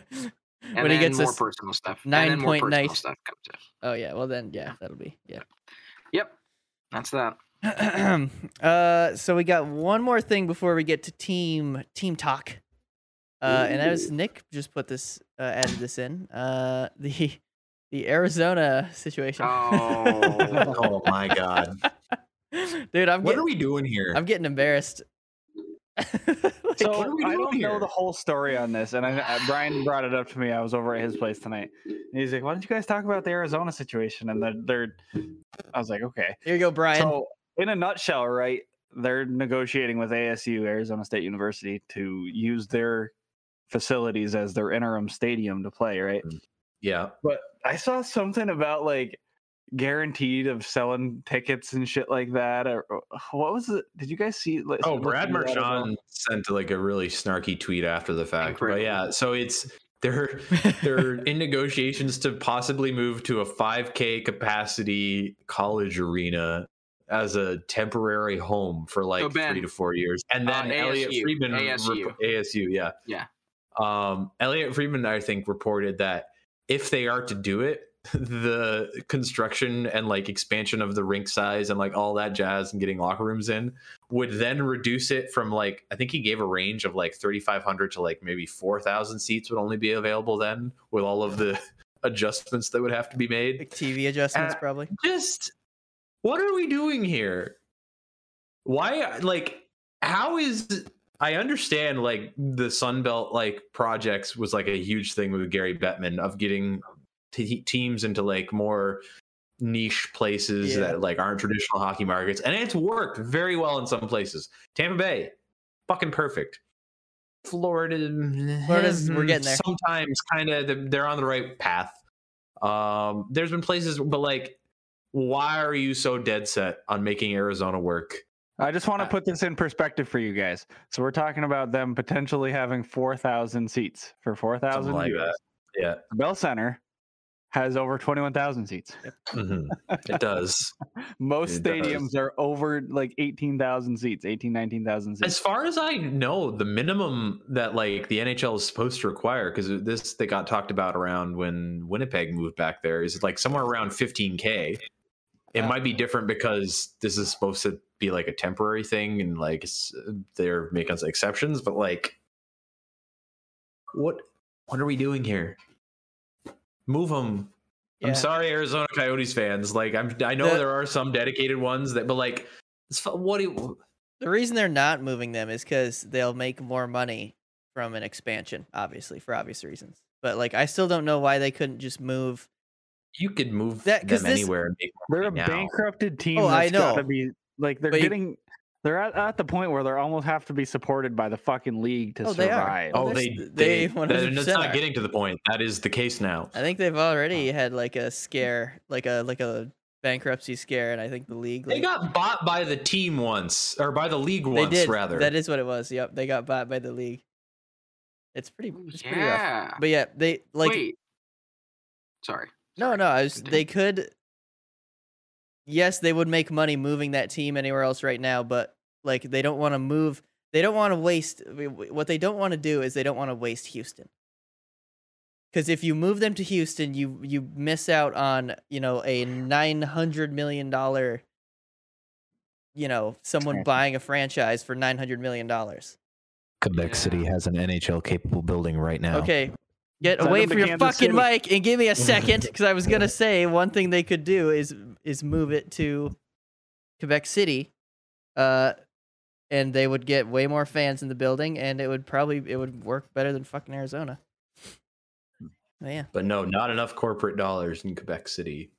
A: when he
D: then
A: gets
D: more
A: this-
D: personal stuff. and then more
A: 9.9
D: personal stuff comes in.
A: oh yeah, well then yeah, that'll be yeah.
D: Yep, that's that.
A: [CLEARS THROAT] uh, so we got one more thing before we get to team team talk, uh, and that was Nick just put this uh, added this in uh, [LAUGHS] the the Arizona situation.
D: Oh.
B: Oh my god,
A: [LAUGHS] dude, [LAUGHS] I'm
B: what
A: getting
B: are we doing here?
A: I'm getting embarrassed. [LAUGHS] Like,
H: So
B: what are we
H: I
B: doing
H: don't
B: here?
H: know the whole story on this, and I, I, Brian brought it up to me. I was over at his place tonight, and he's like, "Why don't you guys talk about the Arizona situation?" And they're, they're I was like, "Okay."
A: here you go, Brian.
H: So, in a nutshell, right? They're negotiating with ASU, Arizona State University, to use their facilities as their interim stadium to play, right?
B: yeah,
H: But I saw something about like guaranteed of selling tickets and shit like that. Or or- what was it? Did you guys see? like,
B: Oh,
H: look
B: Brad
H: into that as well?
B: Marchand sent like a really snarky tweet after the fact.
D: Incredible.
B: But yeah, so it's
H: [LAUGHS]
B: they're they're in negotiations to possibly move to a 5k capacity college arena as a temporary home for like
D: So, Ben,
B: 3 to 4 years. And
D: uh,
B: then Elliot
D: ASU,
B: Friedman rep-
D: ASU.
B: ASU, yeah.
D: Yeah.
B: Um Elliot Friedman I think reported that if they are to do it, [LAUGHS] the construction and like expansion of the rink size and like all that jazz and getting locker rooms in would then reduce it from like I think he gave a range of like 3,500 to like maybe 4,000 seats would only be available then with all of the [LAUGHS] adjustments that would have to be made.
A: Like TV adjustments, probably.
B: Just what are we doing here? Why like how is I understand like the Sunbelt like projects was like a huge thing with Gary Bettman of getting t- teams into like more niche places
A: Yeah.
B: that like aren't traditional hockey markets, and it's worked very well in some places. Tampa Bay, fucking perfect. Florida,
A: Florida's- we're getting there.
B: Sometimes kind of they're on the right path. Um, there's been places, but like, why are you so dead set on making Arizona work?
H: I just want to
B: Uh,
H: put this in perspective for you guys. So we're talking about them potentially having four thousand seats for four thousand.
B: Something like that. Yeah,
H: The Bell Center has over twenty-one thousand seats.
B: Mhm. it does.
H: Most
B: It does.
H: stadiums are over like eighteen thousand seats, 18, 19,000 seats.
B: As far as I know, the minimum that like the NHL is supposed to require, because this they got talked about around when Winnipeg moved back there, is like somewhere around 15k. It
A: Wow.
B: might be different because this is supposed to be like a temporary thing, and like it's, they're making some exceptions. But like, what what are we doing here? Move them.
A: Yeah.
B: I'm sorry, Arizona Coyotes fans. Like, I'm I know
A: The-
B: there are some dedicated ones that, but like, it's, fu- what do you?
A: The reason they're not moving them is because they'll make more money from an expansion, obviously, for obvious reasons. But like, I still don't know why they couldn't just move.
B: You could move
A: That- 'cause
B: them
A: this-
B: anywhere and make
H: They're a
B: now.
H: bankrupted team.
A: Oh,
H: that's
A: I know.
H: Gotta be like they're
A: But you-
H: getting. They're at, at the point where they're almost have to be supported by the fucking league to
A: Oh, they are.
H: survive.
A: Oh,
B: Oh,
A: there's- they [LAUGHS]
B: they they that, and it's
A: 100%
B: not
A: are.
B: getting Oh. to the point. That is the case now.
A: I think they've already had like a scare, like a like a bankruptcy scare, and I think the league like,
B: They got bought by the team once, or by the league
A: they
B: once,
A: did
B: rather.
A: That is what it was. Yep, they got bought by the league. It's pretty, it's pretty rough.
D: Yeah.
A: But yeah, they like
D: Wait. Sorry.
A: No,
D: Sorry.
A: no, I was, they
D: Continue.
A: could. Yes, they would make money moving that team anywhere else right now, but like they don't want to move. They don't want to waste. I mean, wh- What they don't want to do is they don't want to waste Houston. Because if you move them to Houston, you you miss out on you know a nine hundred million dollar. You know, someone
H: Franchise.
A: buying a franchise for nine hundred million dollars.
D: Quebec City
B: has an NHL capable building right now.
A: Okay. Get
H: Send
A: away
H: them to
A: from your
H: Kansas
A: fucking
H: City.
A: mic and give me a second because I was gonna say one thing they could do is is move it to Quebec City, uh, and they would get way more fans in the building, and it would probably it would work better than fucking Arizona. But yeah,
B: But no, not enough corporate dollars in Quebec City.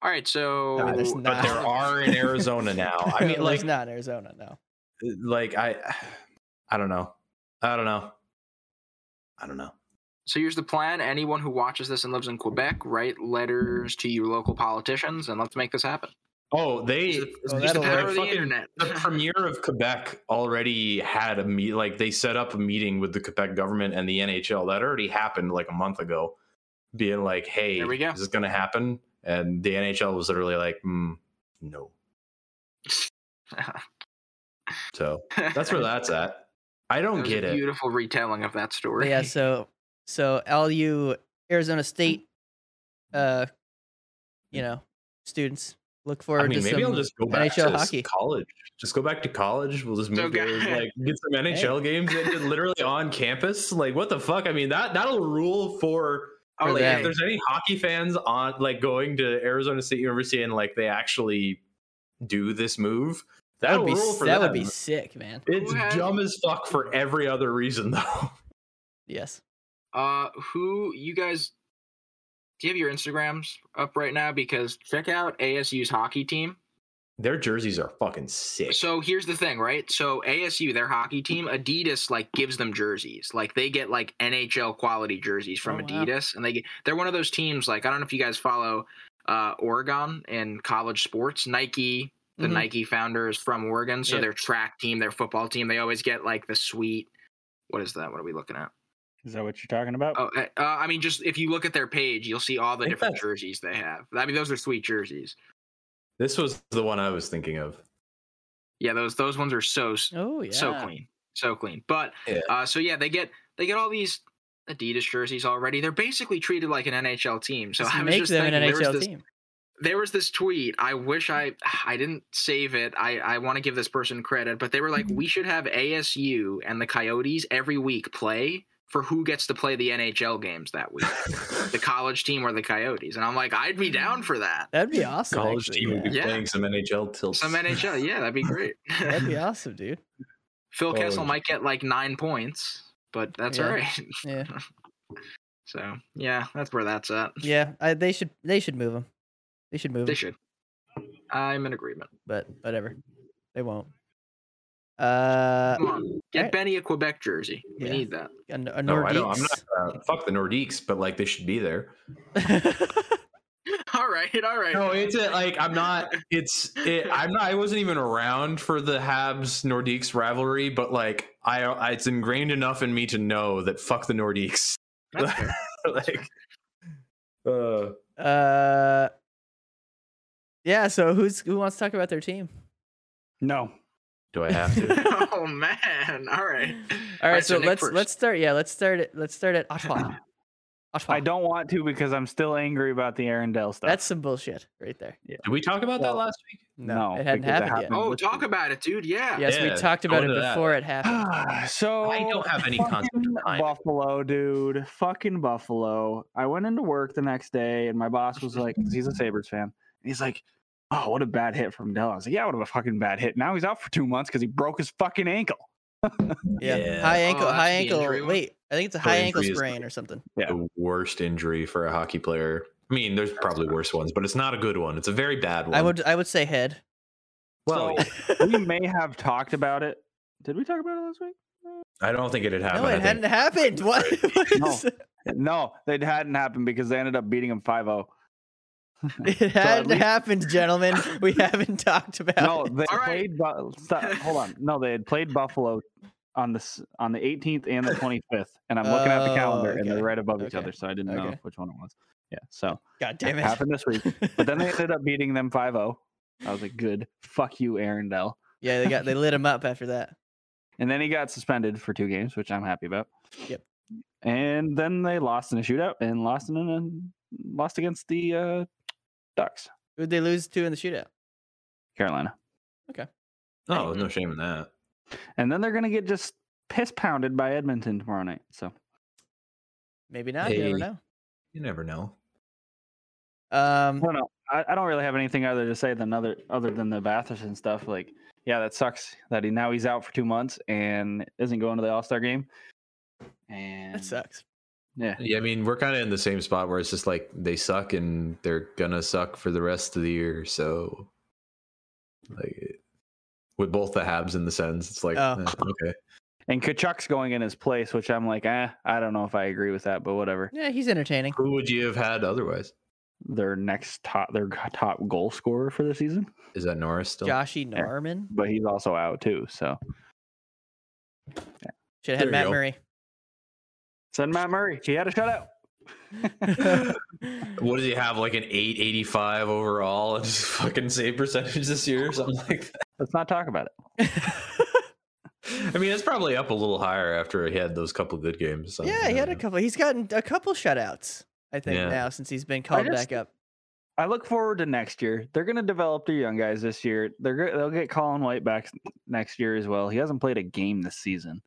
D: All right. So.
A: No, Oh, there's
B: But there
A: not.
B: are in
A: [LAUGHS]
B: Arizona now. I mean,
A: Well,
B: like,
A: it's not Arizona, no.
B: like I, I don't know, I don't know, I don't know.
D: So here's the plan. Anyone who watches this and lives in Quebec, write letters to your local politicians and let's make this happen.
B: Oh, they
A: Oh,
D: Use the
A: that'll
D: power
A: work.
D: of the internet. [LAUGHS]
B: the premier of Quebec already had a meet, like they set up a meeting with the Quebec government and the NHL. That already happened like a month ago, being like, "Hey,
D: There we go.
B: is this going to happen?" And the NHL was literally like, mm, "No." So that's where that's at. I
D: [LAUGHS] That
B: don't
D: was
B: get
D: a
B: it.
D: Beautiful retelling of that
A: But
D: story.
A: yeah, so so all you Arizona State, uh, you know, students look forward
B: I mean,
A: to
B: maybe
A: some
B: I'll just go back
A: NHL
B: to s-
A: hockey.
B: college. Just go back to college. We'll just
D: So
B: move there,
D: guys-
B: like get some NHL games and literally on campus. Like what the fuck? I mean that that'll rule for
D: Oh,
A: for
B: like,
A: them.
B: if there's any hockey fans on like going to Arizona State University and like they actually do this move, that,
A: would
B: would
A: be
B: rule
A: s-
B: for
A: that
B: them.
A: would be sick, man.
B: It's
D: Who has-
B: dumb as fuck for every other reason [LAUGHS] though.
A: Yes.
D: Uh, who you guys? Do you have your Instagrams up right now? Because check out ASU's hockey team.
B: Their jerseys are fucking sick.
D: So here's the thing, right? So ASU, their hockey team, Adidas like gives them jerseys. Like they get like NHL quality jerseys from
A: Oh, wow.
D: Adidas, and they get, they're one of those teams. Like I don't know if you guys follow uh, Oregon in college sports. Nike, the
A: Mhm.
D: Nike founder is from Oregon, so
A: Yep.
D: their track team, their football team, they always get like the sweet. What is that? What are we looking at?
H: Is that what you're talking about?
D: Oh, uh, uh, I mean, just if you look at their page, you'll see all the
B: Think
D: different
B: that's-
D: jerseys they have. I mean, those are sweet jerseys.
B: this was the one I was
A: [LAUGHS]
B: thinking of.
D: Yeah, those those ones are so s-
A: Oh yeah.
D: so clean, so clean. But
B: Yeah.
D: uh, so yeah, they get they get all these Adidas jerseys already. They're basically treated like an NHL team. So
A: Just
D: I was
A: make
D: just
A: them an
D: thinking, there was
A: NHL
D: this,
A: team.
D: There was this tweet. I wish I [SIGHS] I didn't save it. I I want to give this person credit, but
A: [LAUGHS]
D: they were like, we should have ASU and the Coyotes every week play for who gets to play the NHL games that week. the college team or the Coyotes. And I'm like, I'd be
A: Mm.
D: down for that.
A: That'd be awesome.
B: college
A: actually,
B: team would be
A: yeah.
B: [LAUGHS]
D: Yeah.
B: playing some NHL tilts.
D: Some NHL, yeah, that'd be great.
A: That'd be awesome, dude.
D: Phil
B: Oh,
D: Kessel
B: yeah.
D: might get like nine points, but that's
A: Yeah.
D: all right.
A: Yeah.
D: [LAUGHS] So yeah, that's where that's at.
A: Yeah. I, they should they should move them. They should move
D: They
A: him,
D: should. I'm in agreement.
A: but whatever. They won't. Uh,
D: Come on, get
A: right.
D: Benny a Quebec jersey. We
A: Yeah.
D: need that. [LAUGHS]
A: a, N- a
B: No, I don't. I'm
A: Nordiques.
B: not. Uh, fuck the Nordiques, but like they should be there.
D: All right, all right. [LAUGHS]
B: No, it's a, like I'm not. It's it, I'm not. I wasn't even around for the Habs Nordiques rivalry, but like I, I, it's ingrained enough in me to know that fuck the Nordiques. [LAUGHS]
D: That's fair.
B: like, uh,
A: [LAUGHS] uh, yeah. So who's who wants to talk about their team?
H: No.
B: do I
A: [LAUGHS]
B: have to?
D: [LAUGHS] oh man! [LAUGHS] All right.
A: All right.
D: so
A: So,
D: Nick
A: let's
D: first.
A: let's start. Yeah, let's start it. Let's start at Ottawa. Ottawa.
H: I don't want to because I'm still angry about the Arendelle stuff.
A: That's some bullshit right there.
B: Did we talk about that last week?
A: No,
H: No,
A: it hadn't
H: because it
A: happened
H: happened.
A: yet.
D: Oh,
H: Let's
D: talk
H: do-
D: about it, dude. Yeah.
A: Yes,
B: Yeah,
A: we talked about
B: go
A: it
B: into that.
A: before it
H: [SIGHS]
A: happened. [GASPS]
H: so
B: I don't have any concept
H: fucking
B: of time.
H: Buffalo, dude. Fucking Buffalo. I went into work the next day and my boss was like, 'cause he's a Sabres fan. And he's like, Oh, what a bad hit from Dell. I was like, Yeah, what a fucking bad hit. Now he's out for two months because he broke his fucking ankle.
A: Yeah.
B: Yeah.
A: High ankle,
D: Oh,
A: high
D: that's the
A: ankle.
D: injury one?
A: Wait, I think it's a
B: So
A: high ankle
B: injury is-
A: sprain or something.
H: Yeah.
B: The worst injury for a hockey player. I mean, there's probably worse ones, but it's not a good one. It's a very bad one.
A: I would I would say head.
B: Well,
H: So- we may have talked about it. Did we talk about it last week?
B: I don't think it had happened.
A: no, it
B: I
A: hadn't
B: think. [LAUGHS]
A: happened. What? [LAUGHS] what
H: No.
A: is-
H: No, it hadn't happened because they ended up beating him oh. 5 0.
A: It hadn't
H: least-
A: happened, gentlemen. We haven't talked about [LAUGHS]
H: No,
A: it.
H: they
D: All right.
A: [LAUGHS]
H: played. Bu- stop, hold on. No, they had played Buffalo on the s- on the 18th
A: [LAUGHS]
H: and the 25th, and I'm looking at the calendar,
A: Oh,
H: and
A: okay.
H: they're right above each
A: Okay.
H: other, so I didn't know
A: Okay.
H: which one it was. Yeah, so
A: God [LAUGHS] damn it.
H: happened this week, but
A: [LAUGHS]
H: then they ended up beating them 5-0. I was like, good, fuck you, Arendelle.
A: yeah, they got they lit him up after that.
H: And then he got suspended for two games, which I'm happy about.
A: Yep.
H: And then they lost in a shootout and lost in a, lost against the uh, Ducks,
A: Who'd they lose to in the shootout?
H: Carolina.
B: Oh, no shame in that.
H: And then they're gonna get just piss pounded by Edmonton tomorrow night. So
A: Maybe not. You never
B: Hey.
A: know.
B: You never know.
H: I
A: Um,
H: don't know. I, I don't really have anything other to say than other other than the Batherson stuff. Like, yeah, that sucks that he now he's out for two months and isn't going to the All Star game. And
A: that sucks.
H: Yeah,
B: Yeah, I mean, we're kind of in the same spot where it's just like they suck and they're gonna suck for the rest of the year. So, like, it- with both the Habs and the Sens, it's like,
A: Oh.
B: eh, okay,
H: and Kachuk's going in his place, which I'm like, eh, I don't know if I agree with that, but whatever.
A: Yeah, he's entertaining.
B: who would you have had otherwise?
H: Their next top, their g- top goal scorer for the season,
B: Is that Norris still?
A: Joshy Norman
H: but he's also out too. So
A: should have had
B: There
A: Matt
B: you
A: Murray.
H: send Matt Murray. He had a shutout.
B: What does he have? Like an eight eighty five overall and his [LAUGHS] fucking save percentage this year or something like that.
H: Let's not talk about it.
A: [LAUGHS]
B: I mean, it's probably up a little higher after he had those couple good games. so,
A: yeah, he had a
B: yeah.
A: couple. He's gotten a couple shutouts, I think,
B: Yeah.
A: now since he's been called
H: just-
A: back up.
H: I look forward to next year. They're going to develop their young guys this year. They're go- they'll get Colin White back s- next year as well. He hasn't played a game this season.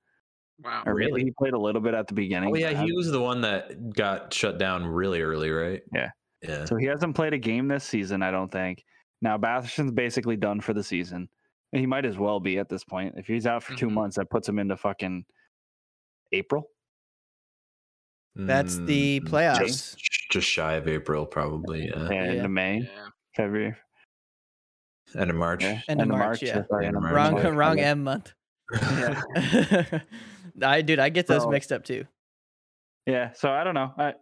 D: Wow.
H: Or
B: Really?
H: He played a little bit at the beginning.
B: Oh
H: but
B: yeah, he
H: hasn't-
B: was the one that got shut down really early, right?
H: Yeah.
B: Yeah.
H: So he hasn't played a game this season, I don't think. Now Batherson's basically done for the season. And He might as well be at this point. If he's out for 2
D: Mhm.
H: months, that puts him into fucking April.
A: That's the
B: Mm,
A: playoffs.
B: Just, just shy of April, probably. Uh, Yeah.
H: And
A: Yeah.
H: into May,
D: Yeah.
H: February.
B: End of March.
H: Yeah.
A: End of March, yeah.
H: sorry,
B: End of
H: end of
B: March.
A: Wrong,
B: March.
H: March.
A: wrong M month. [LAUGHS] I dude, I get those
H: So-
A: mixed up too.
H: Yeah, so I don't know. I,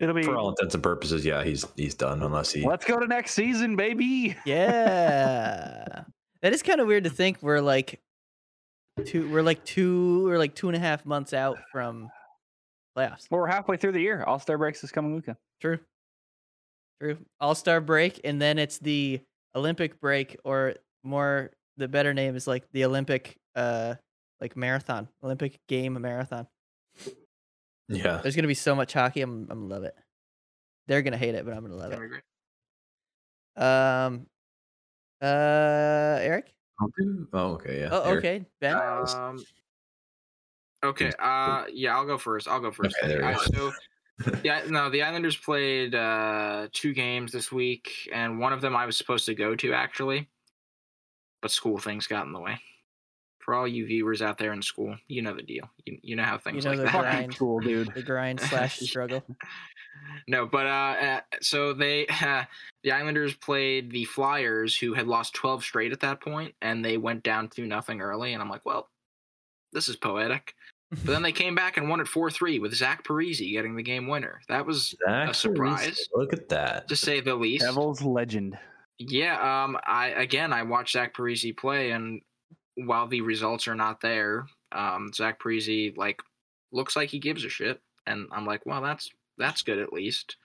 H: it'll be
B: For all intents and purposes, yeah, he's he's done unless he.
H: Let's go to next season, baby.
A: Yeah, that is kind of weird to think we're like two, we're like two, we're like two and a half months out from playoffs.
H: Well, we're halfway through the year. All Star breaks this coming weekend.
A: True, true. All Star break, and then it's the Olympic break, or more the better name is like the Olympic, uh, like marathon, Olympic game marathon.
B: Yeah.
A: There's gonna be so much hockey. I'm, I'm gonna love it. They're gonna hate it, but I'm gonna love
D: I
A: it.
D: agree.
A: Um, uh, Eric.
B: Oh, okay. Yeah.
A: Oh,
B: Eric.
A: okay, Ben.
D: Um, okay. Uh, yeah, I'll go first. I'll go first.
B: Okay, there
D: I-
B: we
D: so,
B: [LAUGHS]
D: yeah, no, the Islanders played uh, two games this week, and one of them I was supposed to go to actually, but school things got in the way. For all you viewers out there in school, you know the deal. You, you know how things
A: know
D: like
A: the
D: that. [LAUGHS]
A: grind.
H: Fucking cool, dude.
A: The grind slash struggle.
D: No, but uh, uh, so they [LAUGHS] uh, the Islanders played the Flyers, who had lost twelve straight at that point, and they went down two nothing early. And I'm like, well, this is poetic. [LAUGHS] But then they came back and won at four three with Zach Parisi getting the game winner. That was
B: Zach
D: A surprise.
B: Parise, Look at that.
D: to say the least.
H: Devil's legend.
D: Yeah, um, I again I watched Zach Parisi play, and while the results are not there, um, Zach Parisi like looks like he gives a shit, and I'm like, well, that's that's good at least,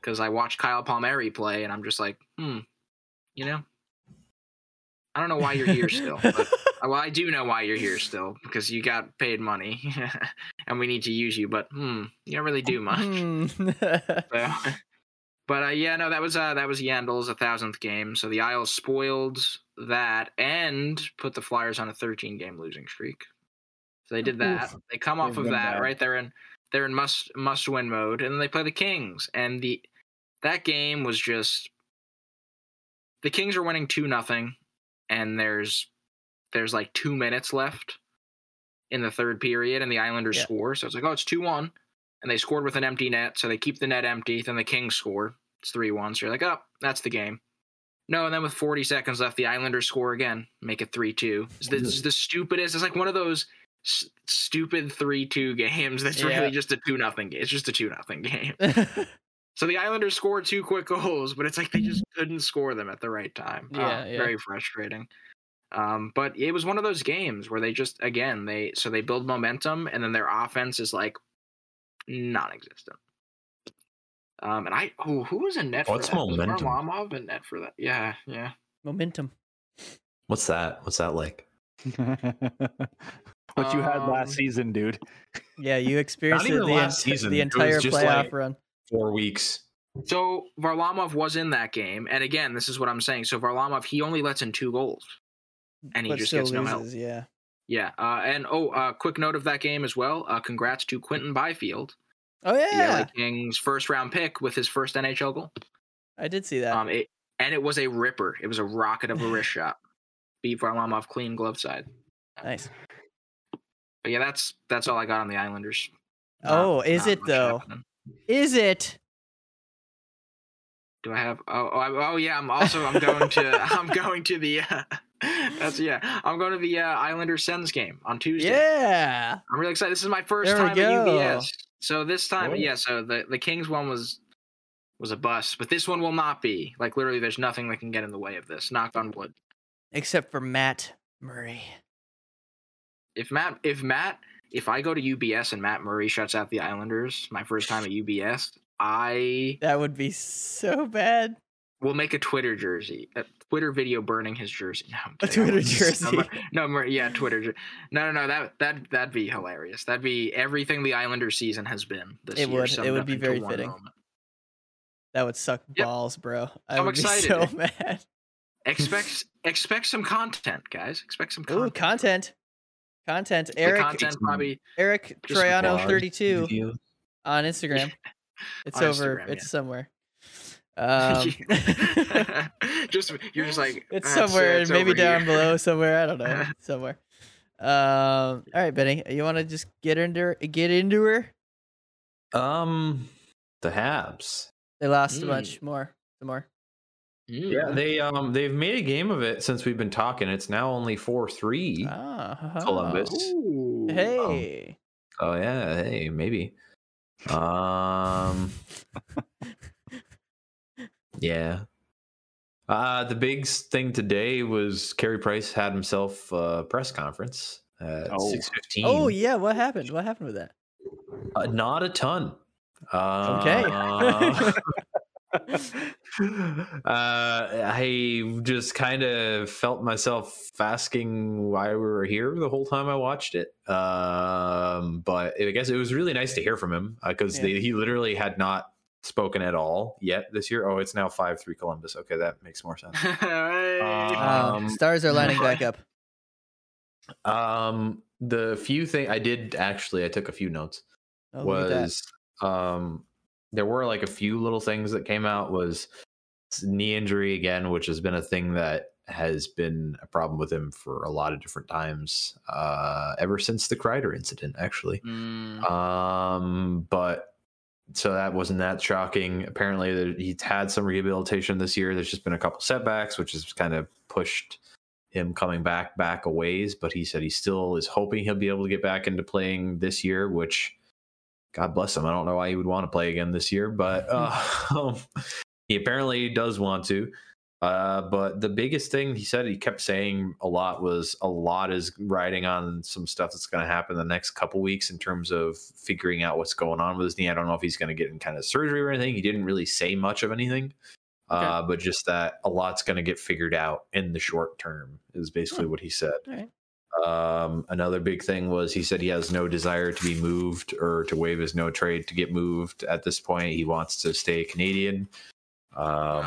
D: because I watched Kyle Palmieri play, and I'm just like, hmm, you know, I don't know why you're here still.
A: [LAUGHS]
D: But, well, I do know why you're here still because you got paid money, [LAUGHS] and we need to use you, but hmm, you don't really do much.
A: Hmm.
D: [LAUGHS] So, [LAUGHS] but uh, yeah, no, that was uh, that was Yandel's a thousandth game. So the Isles spoiled that and put the Flyers on a 13 game losing streak. So they did that. They come off
H: They've
D: of
H: been
D: that
H: bad.
D: right. They're in they're in must must win mode, and then they play the Kings. And the that game was just the Kings are winning two nothing, and there's there's like two minutes left in the third period, and the Islanders
A: Yeah.
D: score. So it's like, oh, it's two one, and they scored with an empty net, so they keep the net empty. Then the Kings score. It's three one. So you're like, oh, that's the game. No, and then with 40 seconds left, the Islanders score again, make it three two. It's the, it's the stupidest. It's like one of those s- stupid three two games. That's
A: Yeah.
D: really just a two nothing game. It's just a two nothing [LAUGHS] game.
A: Hmm.
D: So the Islanders scored two quick [LAUGHS] goals, but it's like
A: [LAUGHS]
D: they just couldn't score them at the right time. Uh,
A: Yeah, yeah.
D: very frustrating. Um, but it was one of those games where they just again they so they build momentum and then their offense is like non-existent. Um, and I oh, who was in net?
B: What's
D: for that? Was
B: momentum?
D: Varlamov in net for that? Yeah, yeah.
A: [LAUGHS] Momentum.
B: What's that? What's that like?
H: what you had
D: Um,
H: last season, dude.
A: Yeah, you experienced it
B: even
A: the,
B: last
A: ent-
B: season.
A: the
B: It was
A: entire
B: just
A: playoff
B: like-
A: run.
B: Four weeks.
D: So Varlamov was in that game, and again, this is what I'm saying. So Varlamov he only lets in two goals, and he
A: but
D: just
A: still
D: gets no help.
A: loses, yeah.
D: Yeah, uh, and oh, uh, quick note of that game as well. Uh, congrats to Quentin Byfield,
A: Oh yeah,
D: the LA Kings' first round pick with his first NHL goal.
A: I did see that.
D: Um, it, and it was a ripper. It was a
A: [LAUGHS]
D: rocket of a wrist shot. Beat Varlamov clean glove side.
A: nice.
D: But yeah, that's that's all I got on the Islanders.
A: Oh, is it
D: much
A: though?
D: happening.
A: Is it?
D: Do I have? Oh, oh, I- oh yeah. I'm also I'm going to [LAUGHS] I'm going to the. Uh, that's yeah. I'm going to the uh, Islanders Sens game on Tuesday.
A: Yeah.
D: I'm really excited. This is my first
A: There we
D: time
A: go.
D: at UBS. So this time,
B: Cool.
D: yeah. So the the Kings one was was a bust, but this one will not be. Like literally, there's nothing that can get in the way of this. Knock on wood.
A: Except for Matt Murray.
D: If Matt, if Matt, if I go to UBS and Matt Murray shuts out the Islanders, my first time at UBS, I
A: That would be so bad.
D: will make a Twitter jersey, a Twitter video burning his jersey. No, I'm
A: A
D: kidding.
A: Twitter
D: [LAUGHS] No,
A: jersey.
D: Mur- no, Mur- yeah, Twitter. jer- No, no, no. That that that'd be hilarious. That'd be everything the Islanders season has been this
A: It
D: year.
A: would. It
D: summed
A: would
D: up
A: be
D: into
A: very
D: one
A: fitting.
D: moment.
A: [LAUGHS] That would suck
D: Yep.
A: balls, bro. I
D: I'm
A: would
D: excited.
A: be so mad.
D: [LAUGHS] expect expect some content, guys. Expect some
A: Ooh,
D: content.
A: content. Content.
D: The
A: Eric
D: content probably
A: Eric
D: Just
A: Troiano
B: Blog,
A: thirty two
B: video.
A: on Instagram.
D: [LAUGHS]
A: It's
D: On
A: over.
D: Instagram,
A: it's
D: [LAUGHS]
A: somewhere. Um, [LAUGHS]
D: just you're just like
A: it's
D: "That's it,
A: somewhere,
D: it's
A: maybe
D: over here."
A: down below somewhere. I don't
D: [LAUGHS]
A: know. It's somewhere. Um. All right, Benny. You want to just get into her, get into her?
B: Um, the Habs.
A: They lost a
D: Mm.
A: bunch more. Some more.
D: Mm.
B: Yeah, they um they've made a game of it since we've been talking. It's now only four three.
A: Ah,
B: Columbus.
A: [LAUGHS]
D: Ooh.
A: Hey.
B: Oh yeah, hey, maybe. Um Yeah. Uh the big s- thing today was Carey Price had himself a press conference at
H: Oh.
B: 6:15.
A: Oh yeah. What happened? What happened with that?
B: Uh, not a ton. Uh,
A: Okay. [LAUGHS]
B: uh, I just kind of felt myself asking why we were here the whole time I watched it. Um, but I guess it was really nice to hear from him because
A: Yeah.
B: he literally had not spoken at all yet this year. Oh, it's now 5 3 Columbus. Okay, that makes more sense.
D: [LAUGHS] Hey.
A: Oh,
B: Um,
A: stars are lining back
B: [LAUGHS]
A: up.
B: Um, the few thing I did actually, I took a few notes.
A: Oh, look at that.
B: was um there were like a few little things that came out was s- knee injury again which has been a thing that has been a problem with him for a lot of different times hmm. uh ever since the Kreider incident actually
D: Mm.
B: um but so that wasn't that shocking. Apparently, that he's had some rehabilitation this year. There's just been a couple setbacks, which has kind of pushed him coming back back a ways. But he said he still is hoping he'll be able to get back into playing this year. Which, God bless him. I don't know why he would want to play again this year, but uh, [LAUGHS] he apparently does want to. Uh, but the biggest thing he said he kept saying a lot was a lot is riding on some stuff that's going to happen the next couple weeks in terms of figuring out what's going on with his knee. I don't know if he's going to get in kind of surgery or anything. He didn't really say much of anything, uh, but just that a lot's going to get figured out in the short term is basically what he said.
A: All right.
B: Um, another big thing was he said he has no desire to be moved or to waive his no trade to get moved at this point. He wants to stay Canadian. Um,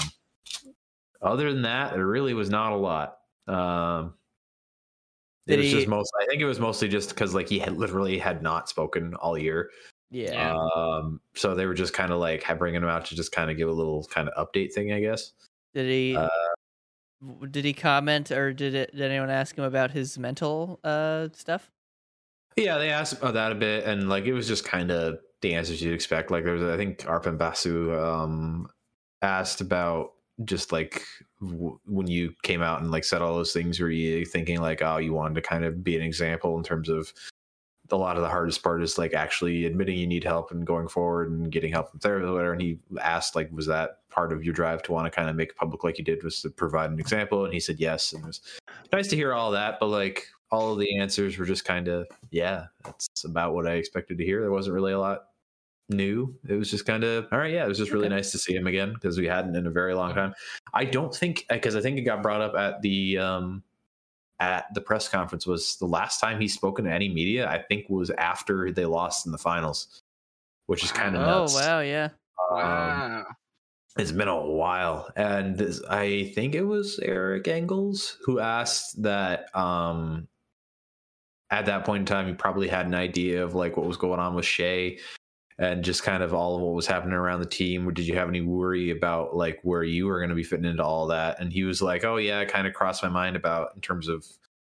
B: other than that, there really was not a lot. Um, it
A: Did
B: was
A: he-
B: just most. I think it was mostly just because like he had literally had not spoken all year.
A: Yeah.
D: Yeah.
B: Um, so they were just kind of like had- bringing him out to just kind of give a little kind of update thing, I guess.
A: Did he?
B: Uh,
A: w- did he comment or did it? Did anyone ask him about his mental uh stuff?
B: Yeah, they asked about that a bit, and like it was just kind of the answers you'd expect. Like there was, I think Arpan Basu um, asked about just like w- when you came out and like said all those things. Were you thinking like, oh, you wanted to kind of be an example in terms of a lot of the hardest part is like actually admitting you need help and going forward and getting help from therapy or whatever. And he asked like, was that part of your drive to want to kind of make it public like you did was to provide an example? And he said yes. And it was nice to hear all that, but like all of the answers were just kind of yeah, that's about what I expected to hear. There wasn't really a lot new. It was just kind of all right. Yeah, it was just really
A: Okay.
B: nice to see him again because we hadn't in a very long time. I don't think because I think it got brought up at the um at the press conference was the last time he's spoken to any media. I think was after they lost in the finals, which is kind of
A: Oh
B: nuts.
A: wow, yeah.
B: Um,
D: Wow.
B: it's been a while and this- i think it was eric engels who asked that um at that point in time he probably had an idea of like what was going on with shay and just kind of all of what was happening around the team did you have any worry about like where you were going to be fitting into all that and he was like oh yeah it kind of crossed my mind about in terms of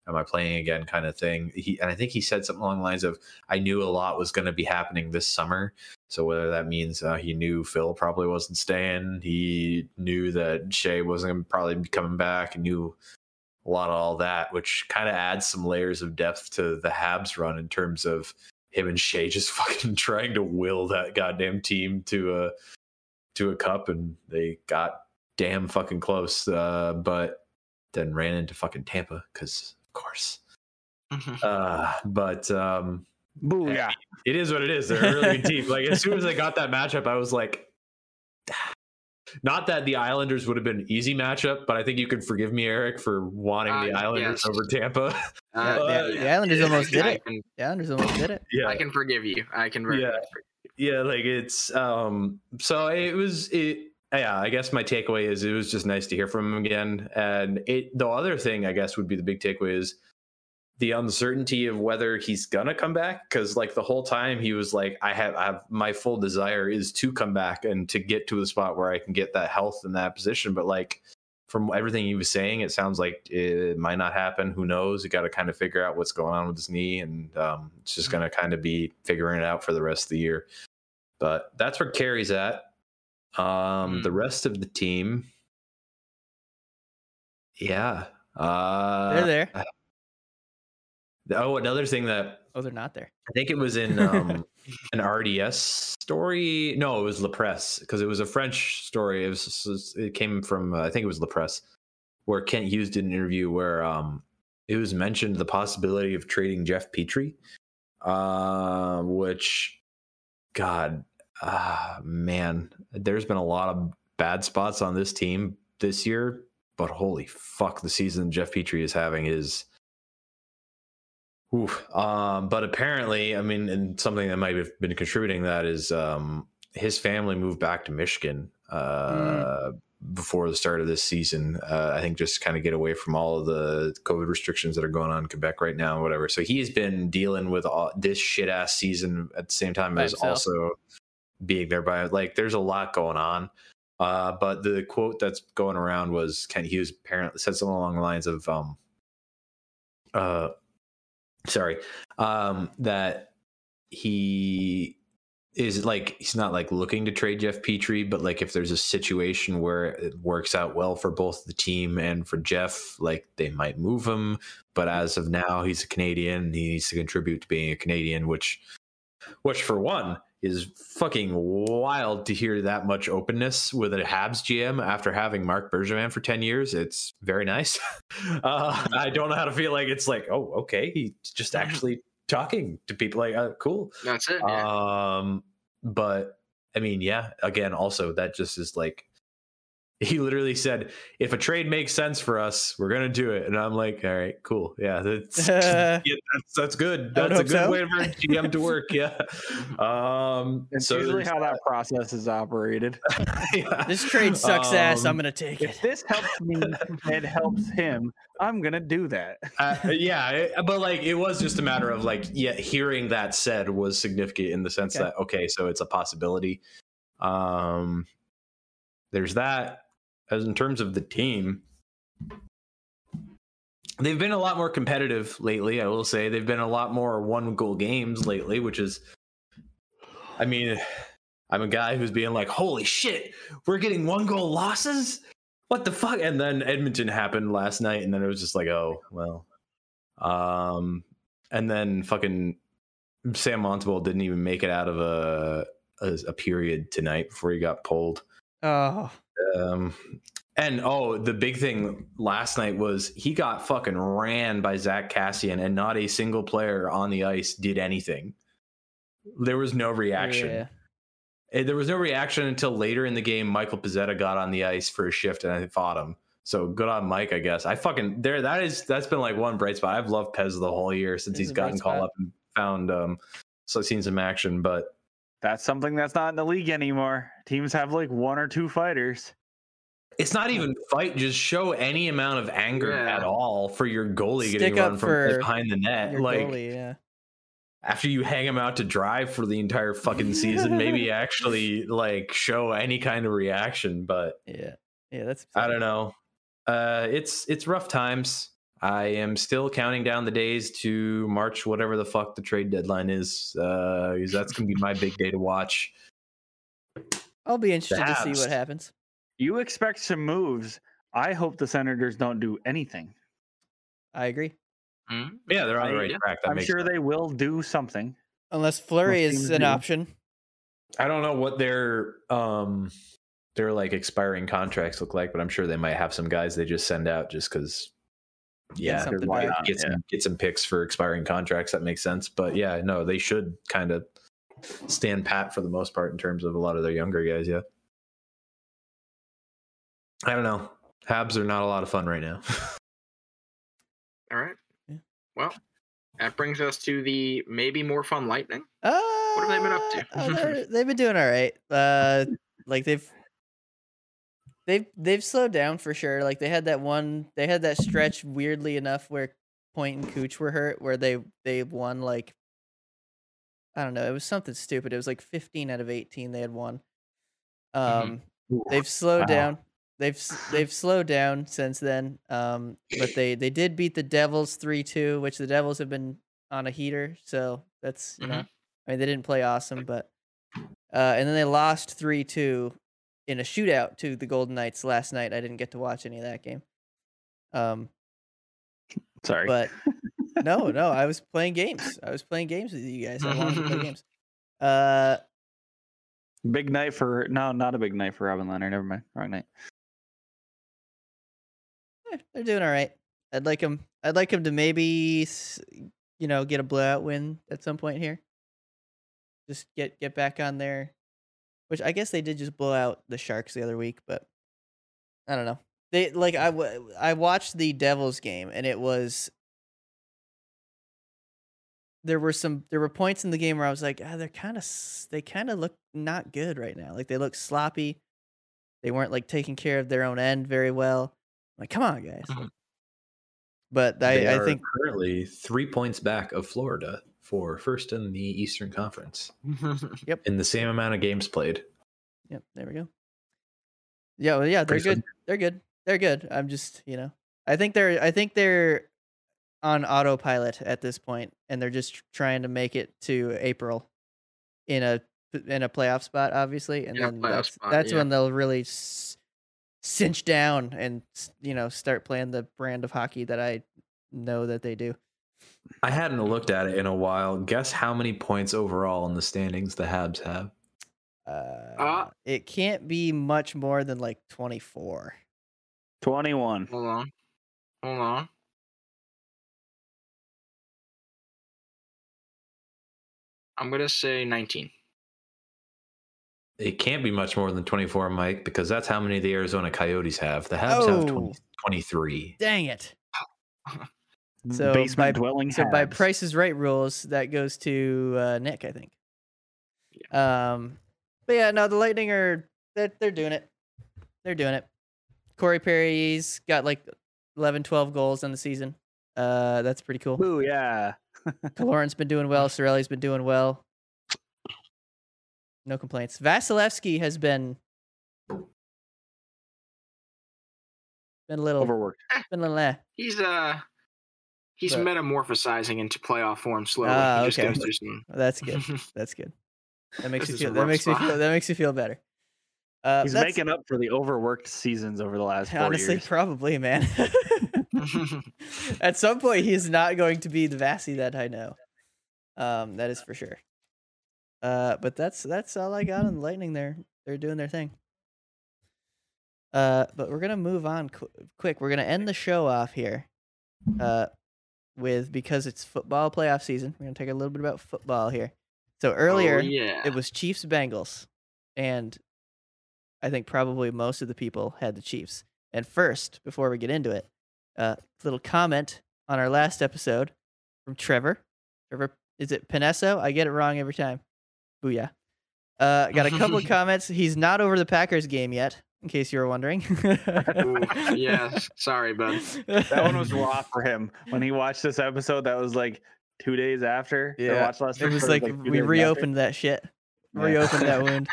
B: am i playing again kind of thing he and i think he said something along the lines of i knew a lot was going to be happening this summer so whether that means uh, he knew Phil probably wasn't staying, he knew that Shea wasn't gonna probably be coming back, he knew a lot of all that, which kind of adds some layers of depth to the Habs run in terms of him and Shea just [LAUGHS] fucking trying to will that goddamn team to a to a cup, and they got damn fucking close, uh, but then ran into fucking Tampa because of course.
D: [LAUGHS]
B: Uh, but um,
H: Boo, yeah.
B: it is what it is. They're a really
H: [LAUGHS]
B: good team. Like as soon as I got that matchup, I was like, [SIGHS] not that the Islanders would have been an easy matchup, but I think you can forgive me, Eric, for wanting
D: Uh,
B: the Islanders
D: yes.
B: over Tampa. [LAUGHS]
A: Yeah,
D: Uh,
A: the,
B: yeah.
A: the Islanders almost did
D: I
A: it.
D: can,
A: The Islanders almost did it.
B: yeah,
D: I can forgive you. I can very
B: Yeah.
D: much forgive
B: yeah. Like it's um. So it was it. Yeah, I guess my takeaway is it was just nice to hear from him again. And it the other thing I guess would be the big takeaway is the uncertainty of whether he's gonna come back because like the whole time he was like I have, I have my full desire is to come back and to get to the spot where i can get that health and that position but like from everything he was saying it sounds like it might not happen who knows you got to kind of figure out what's going on with his knee and um, it's just gonna kind of be figuring it out for the rest of the year but that's where Carey's at um
D: Mm.
B: the rest of the team yeah uh
A: They're
B: [LAUGHS]
A: there.
B: Oh, another thing that
A: Oh, they're not
B: [LAUGHS]
A: there. [LAUGHS]
B: I think it was in um, an RDS story. No, it was La Presse because it was a French story. It was it came from uh, I think it was La Presse where Kent Hughes did an interview where um, it was mentioned the possibility of trading Jeff Petrie, uh, which God, ah, man, there's been a lot of bad spots on this team this year, but holy fuck, the season Jeff Petrie is having is. Oof. Um, but apparently, I mean, and something that might have been contributing to that is um, his family moved back to Michigan uh, before the start of this season. Uh, I think just kind of get away from all of the COVID restrictions that are going on in Quebec right now, and whatever. So he's been dealing with all this shit ass season at the same time
A: By
B: as
A: himself.
B: also being there by like there's a lot going on. Uh, but the quote that's going around was Kent Hughes apparently said something along the lines of um uh sorry um that he is like he's not like looking to trade Jeff Petrie, but like if there's a situation where it works out well for both the team and for Jeff, like they might move him. But as of now, he's a Canadian. He needs to contribute to being a Canadian, which, which for one is fucking wild to hear that much openness with a Habs GM after having Mark Bergevin for ten years. It's very nice. [LAUGHS] uh, I don't know how to feel like it's like oh okay, he's just actually talking to people like uh, cool.
D: That's it. Yeah.
B: Um, but I mean, yeah, again, also that just is like [LAUGHS] he literally said, if a trade makes sense for us, we're gonna do it. And I'm like, all right, cool. Yeah,
A: [LAUGHS]
B: that's [LAUGHS] yeah, that's, that's good.
A: I would
B: That's a
A: hope
B: good
A: so.
B: way for a GM to
A: [LAUGHS]
B: work. Yeah. Um
H: It's
B: so
H: usually
B: there's
H: how that process is operated.
B: [LAUGHS] yeah.
A: This trade sucks ass. I'm
B: Um,
A: gonna take
H: if
A: it.
H: this helps me, it helps him. I'm gonna do that.
B: uh, yeah, it- but like it was just a matter of like, yeah, hearing that said was significant in the sense
A: Okay.
B: that okay, so it's a possibility. Um, there's that. As in terms of the team, they've been a lot more competitive lately. I will say they've been a lot more one goal games lately, which is, I mean, I'm a guy who's being like, holy shit, we're getting one goal losses. What the fuck? And then Edmonton happened last night, and then it was just like, oh well. Um, and then fucking Sam Monteball didn't even make it out of a a, a period tonight before he got pulled.
A: Oh,
B: Um, and oh, the big thing last night was he got fucking ran by Zach Cassian, and not a single player on the ice did anything. There was no reaction.
A: yeah.
B: Eh, There was no reaction until later in the game. Michael Pizzetta got on the ice for a shift and I fought him. So good on Mike, I guess. I fucking there. That is that's been like one bright spot. I've loved Pez the whole year since
A: It is
B: he's
A: a bright
B: gotten called
A: spot.
B: up and found um so seen some action. But
H: That's something that's not in the league anymore. Teams have like one or two fighters.
B: it's not even fight. Just show any amount of anger
D: Yeah.
B: at all for your goalie
A: Stick
B: getting
A: up
B: run from
A: for
B: behind the net.
A: Your
B: Like
A: goalie, yeah.
B: after you hang him out to dry for the entire fucking season,
A: [LAUGHS]
B: maybe actually like show any kind of reaction. But
A: Yeah. Yeah, that's
B: I don't know. Uh, it's it's rough times. I am still counting down the days to March, whatever the fuck the trade deadline is. Uh, 'cause that's gonna be my big day to watch.
A: I'll be interested to see
B: Habs.
A: what happens.
H: You expect some moves. I hope the Senators don't do anything.
A: I agree.
D: Mhm.
B: Yeah, they're on the
D: I-
B: right
D: yeah.
B: track. That
H: I'm
B: makes
H: sure they will do something.
A: Unless Flurry
H: Most
A: is
H: teams
A: an
H: do.
A: option.
B: I don't know what their um their like expiring contracts look like, but I'm sure they might have some guys they just send out just because. Yeah,
A: something
B: they're like,
C: Uh,
A: back.
B: get some get some picks for expiring contracts. That makes sense. But yeah, no, they should kind of stand pat for the most part in terms of a lot of their younger guys. Yeah, I don't know. Habs are not a lot of fun right now. [LAUGHS]
D: All right.
A: Yeah.
D: Well, that brings us to the maybe more fun lightning. [LAUGHS]
A: Uh,
D: have they been up to?
A: oh,
D: [LAUGHS]
A: they're- they've been doing all right. Uh, like they've they've they've slowed down for sure. Like they had that one, they had that stretch. Weirdly enough, where Point and Cooch were hurt, where they they won like I don't know, it was something stupid. It was like 15 out of 18 they had won. Um, they've slowed
H: Wow.
A: down. They've s- they've slowed down since then. Um, but they they did beat the Devils three two, which the Devils have been on a heater. So that's you know,
D: Mhm.
A: I mean they didn't play awesome, but uh, and then they lost three two in a shootout to the Golden Knights last night. I didn't get to watch any of that game. Um,
H: Sorry.
A: but no, no, I was playing games. I was playing games with you guys. I wanted to play games. Uh,
H: big night for no, not a big night for Robin Leonard. Never mind. Wrong night.
A: eh, they're doing all right. I'd like them. I'd like them to maybe, s- you know, get a blowout win at some point here. Just get get back on there, which I guess they did just blow out the Sharks the other week, but I don't know. They like I wa- I watched the Devils game and it was there were some there were points in the game where I was like, ah, they're kind of they kind of look not good right now. Like they look sloppy. They weren't like taking care of their own end very well. like, come on, guys.
D: Mhm.
A: But
B: Mm-hmm. They
A: I, I
B: are
A: think
B: currently three points back of Florida for first in the Eastern Conference in the same amount of games played.
A: Yep, there we go. Yeah, well, yeah, they're
B: Pretty
A: good.
B: soon.
A: They're good. They're good. I'm just, you know, I think they're, I think they're on autopilot at this point, and they're just trying to make it to April in a in a playoff spot, obviously, and
D: Yeah,
A: then
D: playoff
A: that's,
D: spot,
A: that's
D: yeah.
A: when they'll really s- cinch down and s- you know start playing the brand of hockey that I know that they do.
B: I hadn't looked at it in a while. Guess how many points overall in the standings the Habs have?
A: Uh, it can't be much more than like twenty four.
H: 21.
D: Hold on. Hold on. I'm gonna say 19.
B: It can't be much more than 24, Mike, because that's how many the Arizona Coyotes have. The Habs have 20,
A: Oh.
B: 23.
A: Dang it! So
H: So
A: by-
H: Basement dwelling
A: So by
H: Habs.
A: Price is Right rules, that goes to uh, Nick, I think. Um, but yeah, no, the Lightning are they're, they're doing it. They're doing it. Corey Perry's got like 11, 12 goals in the season. Uh, that's pretty cool.
H: Ooh, yeah.
A: Kaloran's been doing well. Sorelli's been doing well. No complaints. Vasilevsky has been been a little
H: Overworked.
A: been a little eh.
D: He's uh he's
A: But-
D: metamorphosizing into playoff form slowly.
A: Ah,
D: he just
A: okay.
D: goes through some
A: That's good. That's good. That makes
D: This
A: you
D: is
A: feel.
D: a
A: That
D: rough
A: makes me
D: spot.
A: feel. That makes you feel better. Uh,
H: He's
A: that's-
H: making up for the overworked seasons over the last four
A: honestly
H: years.
A: [LAUGHS] probably man.
D: [LAUGHS]
A: At some point, he is not going to be the Vassy that I know. Um, that is for sure. Uh, but that's that's all I got on Lightning. There, they're doing their thing. Uh, but we're gonna move on qu- quick. We're gonna end the show off here. Uh, with because it's football playoff season, we're gonna talk a little bit about football here. So earlier,
D: Oh, yeah.
A: it was Chiefs Bengals, and I think probably most of the people had the Chiefs. And first, before we get into it, a uh, little comment on our last episode from Trevor. Trevor, is it Pinesso? I get it wrong every time. Booyah. Uh, got a couple
H: [LAUGHS]
A: of comments. He's not over the Packers game yet, in case you were wondering.
D: Ooh, yeah, s- sorry, bud.
H: uh, that one was raw for him. When he watched this episode, that was like two days after. or
A: Yeah.
H: watched last
A: It was
H: episode,
A: like
H: two
A: we
H: days after.
A: reopened that shit,
H: Yeah.
A: reopened that wound.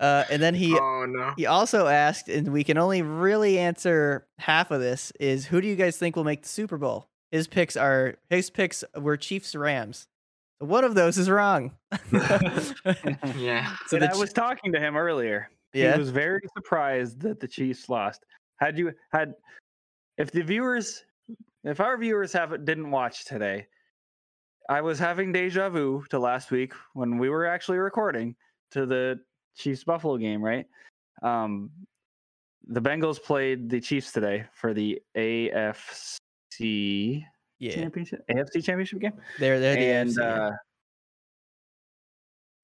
A: Uh, and
H: [LAUGHS]
A: then [LAUGHS] he
D: Oh no.
A: He also asked, and we can only really answer half of this: is who do you guys think will make the Super Bowl? His picks are his picks were Chiefs Rams. One of those is wrong. [LAUGHS]
H: [LAUGHS]
A: so
D: Yeah.
H: and
A: the
H: I was talking to him earlier.
A: yeah,
H: He was very surprised that the Chiefs lost. Had you had if the viewers if our viewers haven't didn't watch today, I was having deja vu to last week when we were actually recording to the Chiefs Buffalo game, right? Um the Bengals played the Chiefs today for the AFC
A: yeah,
H: championship AFC championship game
A: they're they're the
H: and
A: AFC.
H: uh,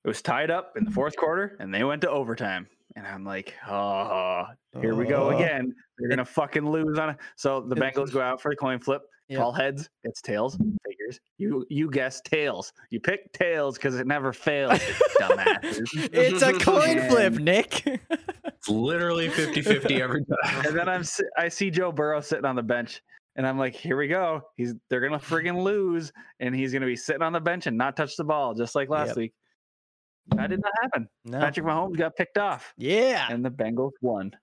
H: it was tied up in the fourth quarter, and they went to overtime. And I'm like, oh, here we go
A: Uh, [LAUGHS]
H: again. They're gonna fucking lose on it. So the
A: it-
H: Bengals go out for the coin flip.
A: Yeah.
H: Call heads. It's tails. Figures. You you guess tails. You pick tails because it
A: [LAUGHS]
H: never fails. dumbasses.
A: it's a
H: [LAUGHS]
A: coin flip,
H: And-
A: Nick. [LAUGHS]
B: It's literally 50 50 every time.
H: and then I'm si- I see Joe Burrow sitting on the bench, and I'm like, here we go. He's they're gonna friggin' lose, and he's gonna be sitting on the bench and not touch the ball, just like last
A: Yep.
H: week. That did not happen.
A: no.
H: Patrick Mahomes got picked off,
A: Yeah,
H: and the Bengals won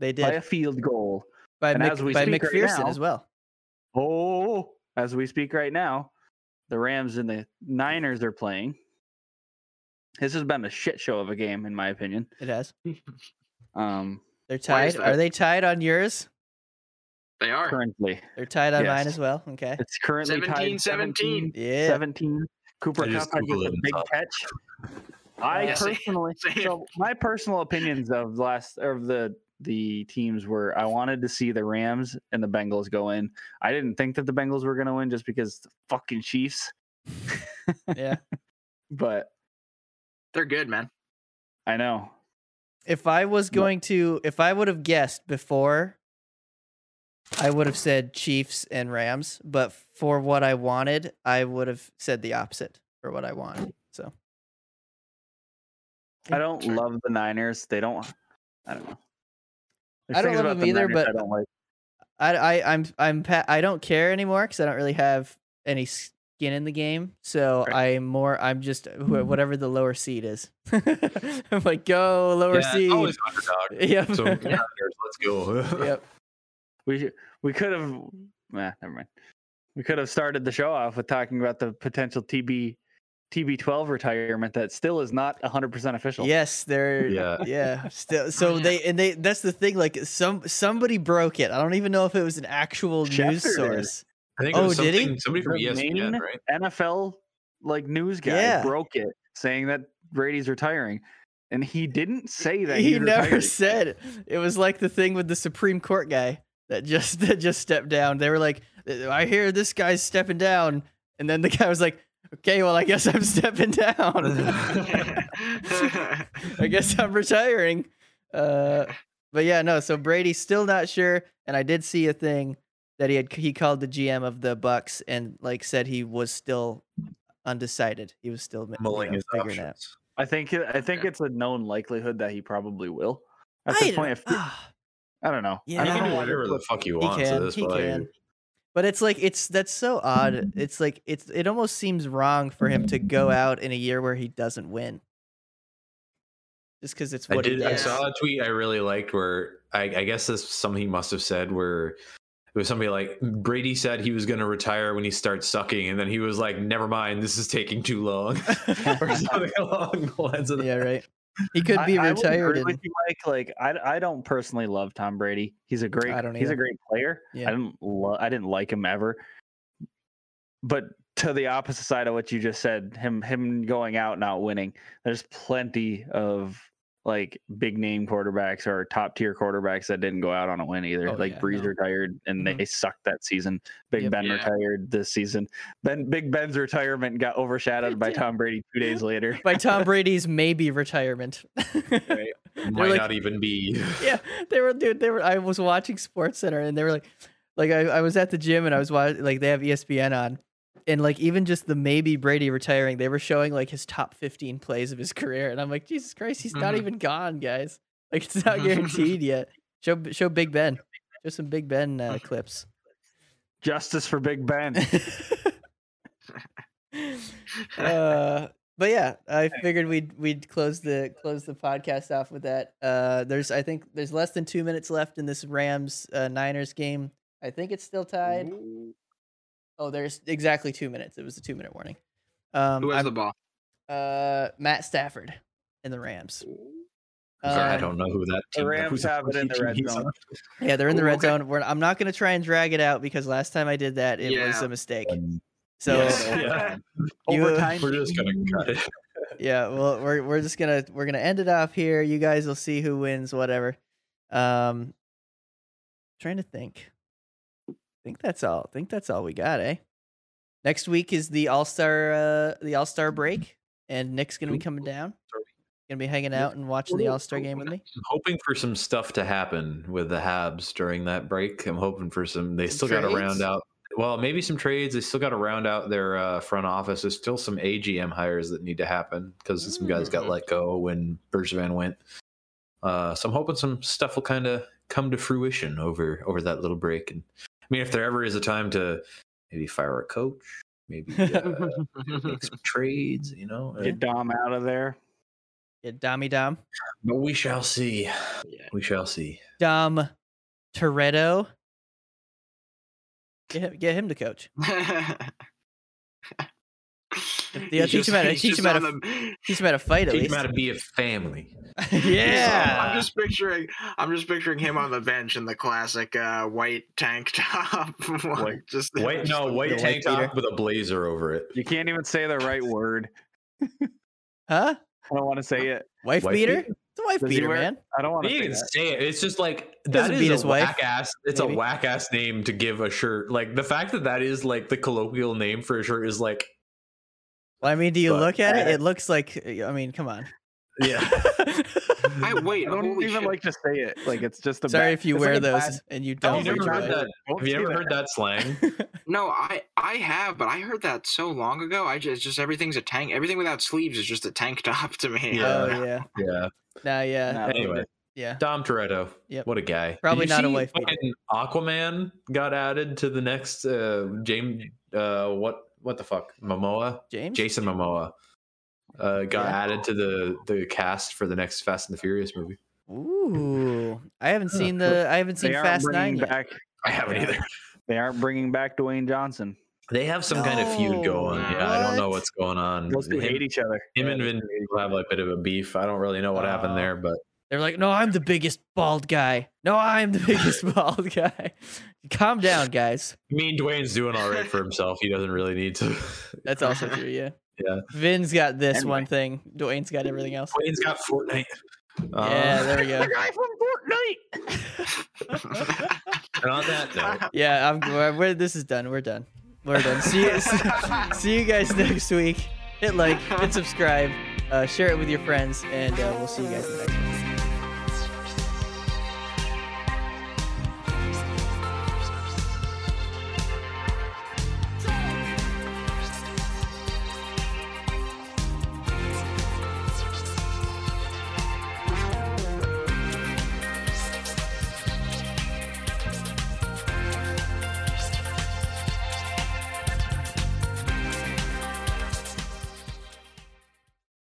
A: they
H: by a
A: Ah. did
H: field goal.
A: by,
H: and
A: Mc,
H: as we
A: by
H: speak right
A: McPherson
H: now-
A: as well.
H: Oh, as we speak right now, the Rams and the Niners are playing. This has been a shit show of a game, in my opinion.
A: It has.
H: Um,
A: They're
D: Why is
A: tied.
D: that?
A: Are they tied on yours?
D: They are.
H: currently,
A: They're tied on
H: Yes.
A: mine as well. Okay.
H: it's currently
D: 17,
H: tied
D: 17.
A: Yeah.
H: 17. Cooper
B: I just
H: Cup I think,
B: Googled
H: with
B: it
H: a
B: and
H: big
B: saw [LAUGHS]
H: catch. I
A: Yeah,
D: same-
A: [LAUGHS]
H: personally,
D: same.
H: so my personal opinions of last of the the teams were I wanted to see the Rams and the Bengals go in. I didn't think that the Bengals were going to win just because the fucking Chiefs,
A: Yeah.
H: [LAUGHS] but
D: They're
A: [LAUGHS]
D: good, man. [LAUGHS]
H: I know
A: If I was
H: Wha-
A: going to, if I would have guessed before, I would have said Chiefs and Rams. But for what I wanted, I would have said the opposite for what I want. So
H: I don't love the Niners. They don't. I don't know. There's
A: I don't
H: things
A: love
H: about
A: them
H: the
A: either,
H: Niners
A: but
H: I don't like.
A: I, I, I'm, I'm, pa- I don't care anymore because I don't really have any skin in the game. So I'm more, I'm just wh- whatever the lower seed is. [LAUGHS] I'm like, go lower
B: Yeah,
A: seed.
B: always
A: [LAUGHS]
B: underdog.
A: Yep.
B: So Niners, let's go. [LAUGHS]
A: yep.
H: We we could have. Nah, never mind. We could have started the show off with talking about the potential TB TB12 retirement that still is not 100% official.
A: Yes, they're yeah.
B: Yeah.
A: Still, so
D: yeah.
A: they and they that's the thing. Like some somebody broke it. I don't even know if it was an actual news
H: Schefter did.
A: source.
B: I think it
A: Oh,
B: was
A: did he?
B: something- somebody from E
H: The
B: ESPN,
H: main-
B: right?
H: NFL like news guy
A: Yeah.
H: broke it saying that Brady's retiring. And he didn't say that
A: he
H: he'd
A: never
H: retired.
A: said. It was like the thing with the Supreme Court guy that just [LAUGHS] that just stepped down. They were like, I hear this guy's stepping down, and then the guy was like, Okay, well I guess I'm [LAUGHS] stepping down. [LAUGHS] I guess I'm retiring. Uh, but yeah, no. So Brady's still not sure, and I did see a thing that he had. He called the GM of the Bucks and like said he was still undecided. He was still you
B: Mulling
A: know,
B: his
A: figuring out.
B: options.
H: I think it- I think
D: Okay.
H: it's a known likelihood that he probably will.
A: I
H: At this
A: don't- ah.
H: point, if, I don't know.
A: Yeah.
H: I
B: He
H: don't
B: can
H: know
B: do
H: why
B: whatever
H: this
B: the
H: was-
B: fuck he
A: he
B: wants. at
A: can.
B: this
A: He
B: point.
A: can. But it's like it's that's so [LAUGHS] odd. It's like it's it almost seems wrong for him to go out in a year where he doesn't win. Just because it's
B: I
A: what
B: did.
A: he
B: I
A: does.
B: saw a tweet I really liked where I, I guess this is something he must have said where it was somebody like Brady said he was going to retire when he starts sucking, and then he was like, "Never mind, this is taking too long," [LAUGHS] or something along the lines of
A: [LAUGHS]
B: that.
A: yeah, right. He could
H: I-
A: be
H: I would
A: retired.
H: agree with
A: and,
H: you, Mike. Like I, I don't personally love Tom Brady. He's a great.
A: I don't
H: he's
A: either.
H: a great player.
A: Yeah.
H: I didn't. Lo- I didn't like him ever. But to the opposite side of what you just said, him him going out not winning. There's plenty of like big name quarterbacks or top tier quarterbacks that didn't go out on a win either.
A: Oh,
H: like
A: yeah,
H: Breeze
A: no. Mm-hmm.
H: retired and they sucked that season. Big
A: Yep.
H: Ben
D: Yeah.
H: retired this season. Ben Big Ben's retirement got overshadowed by
A: did.
H: Tom Brady two days later.
A: by Tom Brady's maybe retirement. [LAUGHS]
B: Might
A: like-
B: not even be.
A: yeah, they were dude. They were. I was watching Sports Center, and they were like, like I, I was at the gym, and I was watching. Like they have E ESPN on, and like even just the maybe Brady retiring, they were showing like his top fifteen plays of his career, and I'm like, Jesus Christ, he's not
D: Mhm.
A: even gone, guys. Like it's not guaranteed yet. Show show Big Ben. Show some Big Ben uh, clips.
H: Justice for Big Ben.
A: [LAUGHS] uh, but yeah, I figured we'd we'd close the close the podcast off with that. Uh, there's I think there's less than two minutes left in this Rams uh, Niners game. I think it's still tied. Oh, there's exactly two minutes. It was a two minute warning. Um,
D: Who has the
A: I'm- [LAUGHS]
D: ball? [LAUGHS]
A: uh, Matt Stafford and the Rams.
B: I'm sorry, I
A: Um,
B: don't know who that
H: Uh, the
B: team.
H: Rams
B: who's the
H: have it in the
B: team
H: red
B: he's
H: zone.
B: on.
A: Yeah, they're in the
D: Ooh,
A: red
D: okay.
A: zone. We're, I'm not going to try and drag it out because last time I did that, it was
D: Yeah.
A: a mistake.
B: And
A: So
B: Yes.
H: uh,
B: Yeah.
A: You-
H: Overtime.
B: we're just gonna cut it.
A: yeah well we're, we're just gonna we're gonna end it off here you guys will see who wins whatever um trying to think think that's all think that's all we got eh next week is the all-star uh the all-star break and nick's gonna be
B: Ooh.
A: coming down gonna be hanging out and watching the all-star game with me
B: I'm hoping for some stuff to happen with the Habs during that break. I'm hoping for some. They
A: Some
B: still got to
A: trades?
B: round out. Well, maybe some trades. They still got to round out their uh, front office. There's still some AGM hires that need to happen because some guys got
D: Mm.
B: let go when Bergevin went. Uh, so I'm hoping some stuff will kind of come to fruition over over that little break. And I mean, if there ever is a time to maybe fire a coach, maybe uh,
A: [LAUGHS]
B: make some trades, you know. uh,
H: Get Dom out of there.
A: yeah dommy dom
B: But we shall see.
D: Yeah.
B: We shall see.
A: dom toretto get him, get him to coach
D: [LAUGHS] He's
A: teach him how to-
D: he's
A: teach
D: just
A: him how to
D: on the-
A: teach him how to fight at
B: Teach
A: least
B: them how to be a family.
A: [LAUGHS] yeah
D: I'm just picturing. I'm just picturing him on the bench in the classic uh, white tank [LAUGHS] top. like,
H: White-
D: just
B: White, no, white
A: white
B: tank
A: beater.
B: top with a blazer over it.
H: You can't even say the right word.
A: huh
H: I don't want to say it.
A: wife,
B: Wife
A: beater
B: beater?
A: it's a wife
H: Does he
A: beater
H: wear-
A: man
H: I don't want to
B: You
H: say
B: can
H: that.
B: say it. It's just like that
A: Doesn't beat
B: is
A: his
B: a
A: wife,
B: whack ass. It's
A: maybe.
B: a whack ass name to give a shirt. Like the fact that that is like the colloquial name for a shirt is
H: [LAUGHS]
B: like,
A: Well, I mean, do you
B: But-
A: look at it? It looks like. I mean, come
H: [LAUGHS]
A: on. [LAUGHS]
B: yeah,
D: I wait.
H: I don't
D: holy
H: even
D: shit.
H: like to say it. Like it's just a.
A: Sorry
H: bad-
A: if you
H: it's
A: wear
H: like a
A: those
H: bad-
A: and you
B: [LAUGHS]
A: don't.
B: Have
H: Don't
B: you
H: be
B: never
A: enjoy
B: heard
A: it.
B: that?
H: Don't
B: Have you
H: say
B: ever
H: that.
B: heard that
A: [LAUGHS]
B: slang?
D: No, I I have, but I heard that so long ago. I just just everything's a tank. Everything without sleeves is just a tank [LAUGHS] top to me.
B: Yeah.
A: Oh yeah.
B: Yeah.
A: Nah, yeah.
H: Nah,
B: Anyway,
A: Yeah.
B: Dom Toretto.
A: Yep.
B: What a guy. Did
A: Probably
B: you
A: not a
B: see
A: wife beater.
B: fucking Aquaman got added to the next uh James uh what what the fuck? Momoa?
A: James.
B: Jason Momoa uh, got
A: Yeah.
B: added to the the cast for the next Fast and the Furious movie.
A: Ooh. I haven't
B: Yeah,
A: seen the. I haven't
H: They
A: seen
H: aren't
A: Fast Nine
H: bringing
A: yet.
H: back.
B: I haven't either. [LAUGHS]
H: They aren't bringing back Dwayne Johnson.
B: They have some kind of feud going.
A: No,
B: Yeah, I don't know
A: what?
B: what's going on.
C: Those two
B: him,
C: hate each other.
B: him and Vin Diesel have a bit of a beef. I don't really know what
A: Oh.
B: happened there, but
A: They're like, no, I'm the biggest bald guy. No, I'm the biggest bald guy. Calm down, guys.
B: I mean, Dwayne's doing all right for
A: [LAUGHS]
B: himself. He doesn't really need to.
A: That's also true. Yeah.
B: Yeah.
A: Vin's got this
H: Anyway.
A: one thing. Dwayne's got everything else.
B: Dwayne's got [LAUGHS] Fortnite. Uh,
A: yeah. There we go.
C: guy from Fortnite.
B: and on
A: [LAUGHS]
B: that note,
A: Yeah. I'm. We're, we're- this is done. We're done. We're done. See [LAUGHS] you. see you guys next week. Hit like. Hit subscribe. Uh, share it with your friends, and uh, we'll see you guys in the next one.